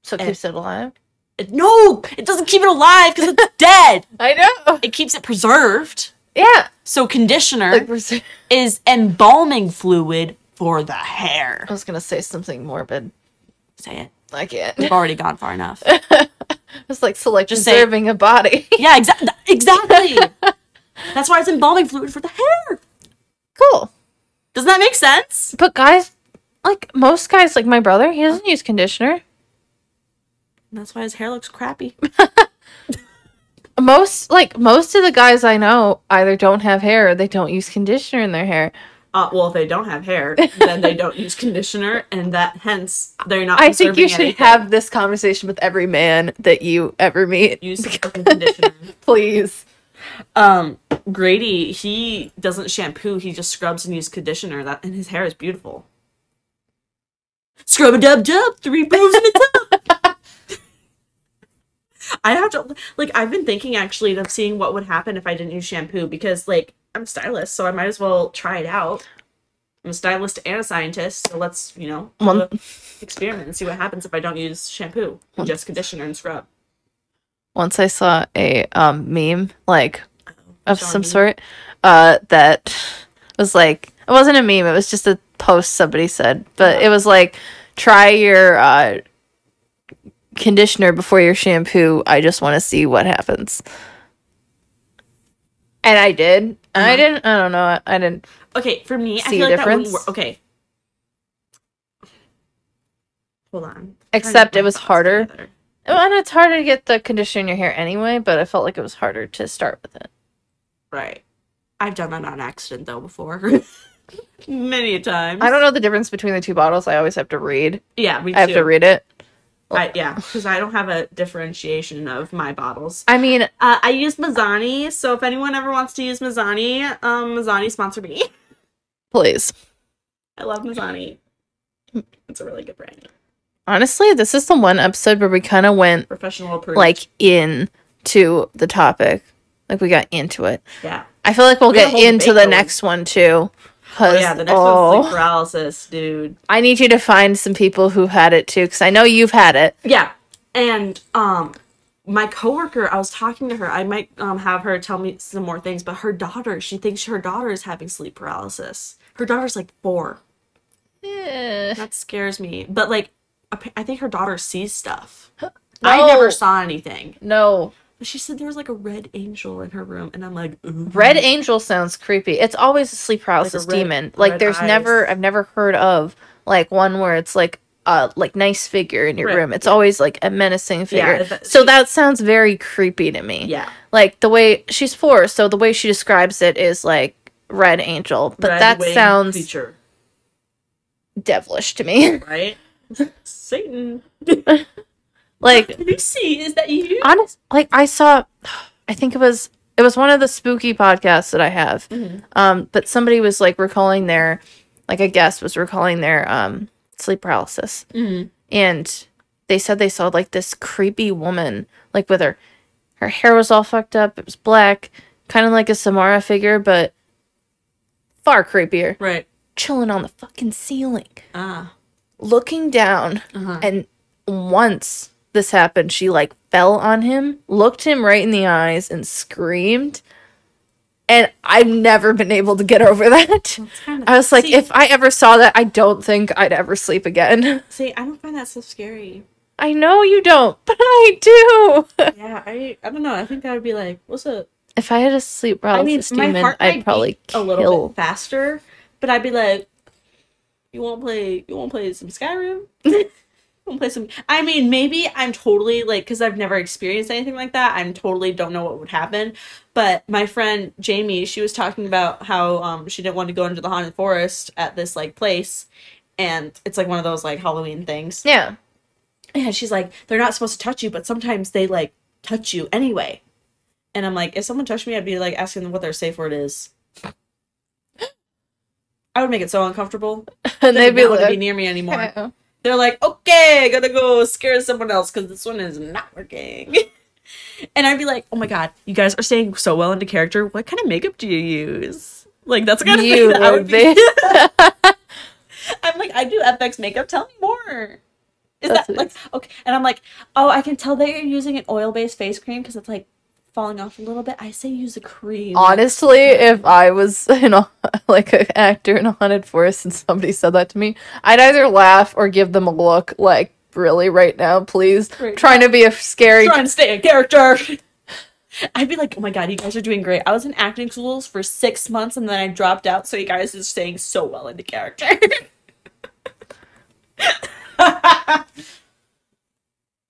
[SPEAKER 2] So it
[SPEAKER 1] Eh.
[SPEAKER 2] keeps it alive.
[SPEAKER 1] It, no, it doesn't keep it alive because it's dead.
[SPEAKER 2] I know.
[SPEAKER 1] It keeps it preserved.
[SPEAKER 2] Yeah.
[SPEAKER 1] So conditioner
[SPEAKER 2] Like pres-
[SPEAKER 1] is embalming fluid for the hair.
[SPEAKER 2] I was gonna say something morbid.
[SPEAKER 1] Say it.
[SPEAKER 2] I can't.
[SPEAKER 1] We've already gone far enough.
[SPEAKER 2] It's like select
[SPEAKER 1] Just say-
[SPEAKER 2] preserving a body.
[SPEAKER 1] Yeah, exactly. Exactly. That's why it's embalming fluid for the hair.
[SPEAKER 2] cool.
[SPEAKER 1] Doesn't that make sense?
[SPEAKER 2] But guys, like most guys, like my brother, he doesn't use conditioner.
[SPEAKER 1] That's why his hair looks crappy.
[SPEAKER 2] Most like most of the guys I know either don't have hair or they don't use conditioner in their hair.
[SPEAKER 1] Uh, well, if they don't have hair, then they don't use conditioner, and that hence they're not.
[SPEAKER 2] I think you
[SPEAKER 1] preserving
[SPEAKER 2] should
[SPEAKER 1] anything.
[SPEAKER 2] have this conversation with every man that you ever meet.
[SPEAKER 1] use fucking conditioner.
[SPEAKER 2] Please.
[SPEAKER 1] Um, Grady, he doesn't shampoo; he just scrubs and uses conditioner. That and his hair is beautiful. Scrub a dub dub, three boobs in a tub. I have to like. I've been thinking actually of seeing what would happen if I didn't use shampoo because like I'm a stylist, so I might as well try it out. I'm a stylist and a scientist, so let's you know do
[SPEAKER 2] One-
[SPEAKER 1] a experiment and see what happens if I don't use shampoo and just conditioner and scrub.
[SPEAKER 2] Once I saw a um meme like of some
[SPEAKER 1] Johnny.
[SPEAKER 2] sort uh that was like it wasn't a meme it was just a post somebody said but it was like try your uh conditioner before your shampoo i just want to see what happens and i did And i
[SPEAKER 1] Mhm.
[SPEAKER 2] didn't i don't know i, I didn't
[SPEAKER 1] Okay, for me, I
[SPEAKER 2] See
[SPEAKER 1] feel like
[SPEAKER 2] the
[SPEAKER 1] that wouldn't
[SPEAKER 2] difference?
[SPEAKER 1] work. Okay. Hold on. I'm trying to
[SPEAKER 2] Except
[SPEAKER 1] get
[SPEAKER 2] it
[SPEAKER 1] my
[SPEAKER 2] was
[SPEAKER 1] thoughts
[SPEAKER 2] harder.
[SPEAKER 1] together.
[SPEAKER 2] and it's harder to get the conditioner in your hair anyway but i felt like it was harder to start with it
[SPEAKER 1] Right. I've done that on accident though before. Many a times.
[SPEAKER 2] i don't know the difference between the two bottles i always have to read
[SPEAKER 1] Yeah, we
[SPEAKER 2] i have to read it
[SPEAKER 1] I, yeah, because I don't have a differentiation of my bottles.
[SPEAKER 2] i mean
[SPEAKER 1] Uh, I use Mazzani, so if anyone ever wants to use Mazzani, um, Mazzani sponsor me.
[SPEAKER 2] please
[SPEAKER 1] I love Mazzani. It's a really good brand.
[SPEAKER 2] honestly this is the one episode where we kind of went
[SPEAKER 1] Professional approved.
[SPEAKER 2] like in to the topic. Like we got into it.
[SPEAKER 1] yeah.
[SPEAKER 2] I feel like we'll
[SPEAKER 1] We had a
[SPEAKER 2] get
[SPEAKER 1] whole
[SPEAKER 2] into
[SPEAKER 1] debate
[SPEAKER 2] the
[SPEAKER 1] going.
[SPEAKER 2] next one too.
[SPEAKER 1] Oh,
[SPEAKER 2] Cause, oh,
[SPEAKER 1] yeah, the next one's sleep paralysis, dude.
[SPEAKER 2] I need you to find some people who had it too, because I know you've had it.
[SPEAKER 1] Yeah. And um my coworker, I was talking to her. I might um have her tell me some more things, but her daughter, she thinks her daughter is having sleep paralysis. Her daughter's like 4. That scares me. But like appa- I think her daughter sees stuff. I
[SPEAKER 2] No.
[SPEAKER 1] never saw anything.
[SPEAKER 2] No,
[SPEAKER 1] But she said there was like a red angel in her room and I'm like, Ooh.
[SPEAKER 2] Red Angel sounds creepy. It's always a sleep paralysis
[SPEAKER 1] red-
[SPEAKER 2] demon. Like
[SPEAKER 1] red
[SPEAKER 2] there's
[SPEAKER 1] eyes.
[SPEAKER 2] never I've never heard of like one where it's like a like nice figure in your
[SPEAKER 1] Right,
[SPEAKER 2] room. It's always like a menacing figure.
[SPEAKER 1] if that-
[SPEAKER 2] so that sounds very creepy to me.
[SPEAKER 1] Yeah.
[SPEAKER 2] like the way she's four, so the way she describes it is like red angel, but
[SPEAKER 1] Red
[SPEAKER 2] that
[SPEAKER 1] winged
[SPEAKER 2] sounds
[SPEAKER 1] creature,
[SPEAKER 2] devilish to me.
[SPEAKER 1] right? Satan.
[SPEAKER 2] like
[SPEAKER 1] you see is that you?
[SPEAKER 2] honest, like I saw, I think it was it was one of the spooky podcasts that I have,
[SPEAKER 1] Mhm.
[SPEAKER 2] um, but somebody was like recalling their, like a guest was recalling their um sleep paralysis,
[SPEAKER 1] Mm.
[SPEAKER 2] and they said they saw like this creepy woman like with her her hair was all fucked up it was black kind of like a samara figure but far creepier
[SPEAKER 1] Right.
[SPEAKER 2] chilling on the fucking ceiling
[SPEAKER 1] Ah.
[SPEAKER 2] looking down
[SPEAKER 1] Uh-huh.
[SPEAKER 2] and once this happened she like fell on him looked him right in the eyes and screamed and i've never been able to get over that
[SPEAKER 1] It's kinda-
[SPEAKER 2] i was like
[SPEAKER 1] See-
[SPEAKER 2] if i ever saw that i don't think i'd ever sleep again
[SPEAKER 1] See, I don't find that so scary.
[SPEAKER 2] I know you don't, but I do.
[SPEAKER 1] Yeah, I I don't know. I think I would be like, what's up?
[SPEAKER 2] If I had a sleep
[SPEAKER 1] I mean,
[SPEAKER 2] paralysis
[SPEAKER 1] my
[SPEAKER 2] demon,
[SPEAKER 1] heart
[SPEAKER 2] I'd
[SPEAKER 1] might
[SPEAKER 2] probably
[SPEAKER 1] beat a
[SPEAKER 2] kill.
[SPEAKER 1] little bit faster, but I'd be like, you won't play, you won't play some Skyrim. You won't play some. I mean, maybe I'm totally like because I've never experienced anything like that. I'm totally don't know what would happen. But my friend Jamie, she was talking about how um she didn't want to go into the haunted forest at this like place, and it's like one of those like Halloween things.
[SPEAKER 2] Yeah.
[SPEAKER 1] And she's like, they're not supposed to touch you, but sometimes they like touch you anyway. And I'm like, if someone touched me, I'd be like asking them what their safe word is. I would make it so uncomfortable.
[SPEAKER 2] And
[SPEAKER 1] They
[SPEAKER 2] they'd
[SPEAKER 1] would
[SPEAKER 2] be
[SPEAKER 1] not want to be
[SPEAKER 2] like,
[SPEAKER 1] near me anymore.
[SPEAKER 2] "Uh-oh."
[SPEAKER 1] They're like, okay, gotta go scare someone else because this one is not working. And I'd be like, oh my God, you guys are staying so well into character. What kind of makeup do you use? Like, that's the kind of
[SPEAKER 2] You
[SPEAKER 1] thing that I
[SPEAKER 2] would
[SPEAKER 1] would be.
[SPEAKER 2] be.
[SPEAKER 1] I'm like, I do FX makeup. Tell me more. Is
[SPEAKER 2] That's
[SPEAKER 1] that like, okay. And I'm like, oh, I can tell that you're using an oil based face cream because it's like falling off a little bit. I say use a cream.
[SPEAKER 2] Honestly, if I was in a, like an actor in a haunted forest and somebody said that to me, I'd either laugh or give them a look like, really, right now, please.
[SPEAKER 1] Right
[SPEAKER 2] Trying to be a scary.
[SPEAKER 1] try and stay in character. I'd be like, oh my god, you guys are doing great. I was in acting schools for six months and then I dropped out, so you guys are staying so well into character.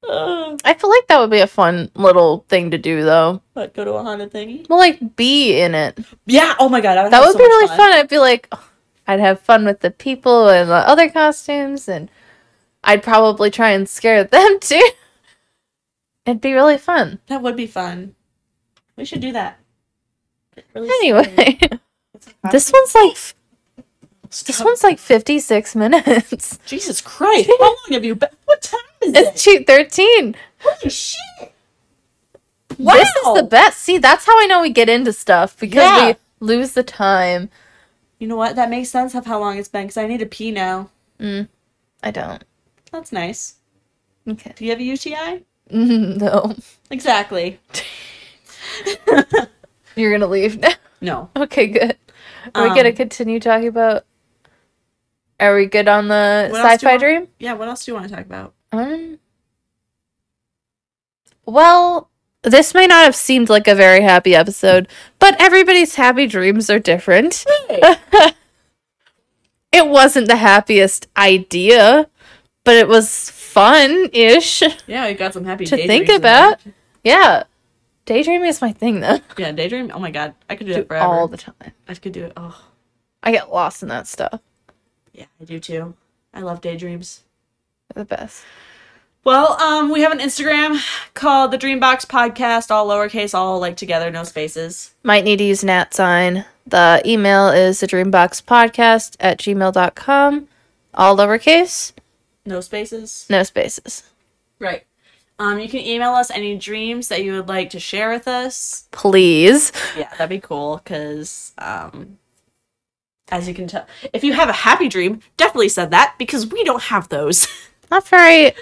[SPEAKER 1] Uh,
[SPEAKER 2] I feel like that would be a fun little thing to do, though.
[SPEAKER 1] but go to a haunted thingy.
[SPEAKER 2] Well, like, be in it.
[SPEAKER 1] Yeah. Oh my god, I would
[SPEAKER 2] That
[SPEAKER 1] have
[SPEAKER 2] would
[SPEAKER 1] so
[SPEAKER 2] be
[SPEAKER 1] much
[SPEAKER 2] really fun. I'd be like, oh, I'd have fun with the people and the other costumes, and I'd probably try and scare them too. It'd be really fun.
[SPEAKER 1] That would be fun. We should do that. Really scary.
[SPEAKER 2] Anyway, this one's like f- this one's like fifty six minutes.
[SPEAKER 1] Jesus Christ! How long have you been? What time is
[SPEAKER 2] It's
[SPEAKER 1] it?
[SPEAKER 2] two thirteen.
[SPEAKER 1] Holy shit!
[SPEAKER 2] This is the best. See, that's how I know we get into stuff because
[SPEAKER 1] Yeah.
[SPEAKER 2] we lose the time.
[SPEAKER 1] You know what? That makes sense of how long it's been because I need to pee now.
[SPEAKER 2] I don't.
[SPEAKER 1] That's nice.
[SPEAKER 2] Okay.
[SPEAKER 1] Do you have a UTI?
[SPEAKER 2] Mm, No,
[SPEAKER 1] Exactly.
[SPEAKER 2] you're gonna leave now.
[SPEAKER 1] No.
[SPEAKER 2] Okay, good. Are we gonna
[SPEAKER 1] Um,
[SPEAKER 2] continue talking about? Are we good on the
[SPEAKER 1] What else do you
[SPEAKER 2] sci-fi
[SPEAKER 1] want?
[SPEAKER 2] dream?
[SPEAKER 1] Yeah, what else do you want to talk about?
[SPEAKER 2] Um. Well, this may not have seemed like a very happy episode, but everybody's happy dreams are different. It wasn't the happiest idea, but it was fun-ish.
[SPEAKER 1] yeah, you got some happy
[SPEAKER 2] To
[SPEAKER 1] daydreams in
[SPEAKER 2] think
[SPEAKER 1] there.
[SPEAKER 2] about. Yeah, daydreaming is my thing, though.
[SPEAKER 1] Yeah, daydream. Oh my god, I could do,
[SPEAKER 2] Do
[SPEAKER 1] it forever.
[SPEAKER 2] all the time.
[SPEAKER 1] I could do it. Oh,
[SPEAKER 2] I get lost in that stuff.
[SPEAKER 1] yeah, I do too. I love daydreams.
[SPEAKER 2] They're the best.
[SPEAKER 1] Well, um, we have an Instagram called the Dreambox Podcast, all lowercase, all like together, no spaces.
[SPEAKER 2] Might need to use an at sign. The email is the dreamboxpodcast at gmail.com. All lowercase,
[SPEAKER 1] No spaces.
[SPEAKER 2] no spaces.
[SPEAKER 1] Right. Um, you can email us any dreams that you would like to share with us.
[SPEAKER 2] Please.
[SPEAKER 1] yeah that'd be cool because um as you can tell if you have a happy dream definitely said that because we don't have those
[SPEAKER 2] Not very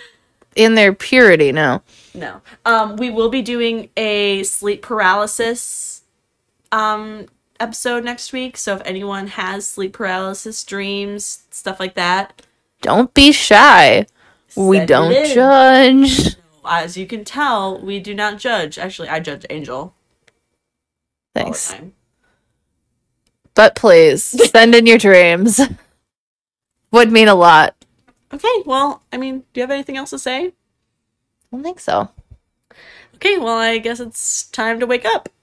[SPEAKER 2] in their purity, no.
[SPEAKER 1] no um we will be doing a sleep paralysis um episode next week so if anyone has sleep paralysis dreams stuff like that
[SPEAKER 2] Don't be shy. we
[SPEAKER 1] send it
[SPEAKER 2] don't
[SPEAKER 1] in.
[SPEAKER 2] judge.
[SPEAKER 1] as you can tell we do not judge actually i judge angel all the
[SPEAKER 2] Thanks.
[SPEAKER 1] time
[SPEAKER 2] But please, send in your dreams. Would mean a lot.
[SPEAKER 1] okay well i mean do you have anything else to say
[SPEAKER 2] I don't think so.
[SPEAKER 1] okay well i guess it's time to wake up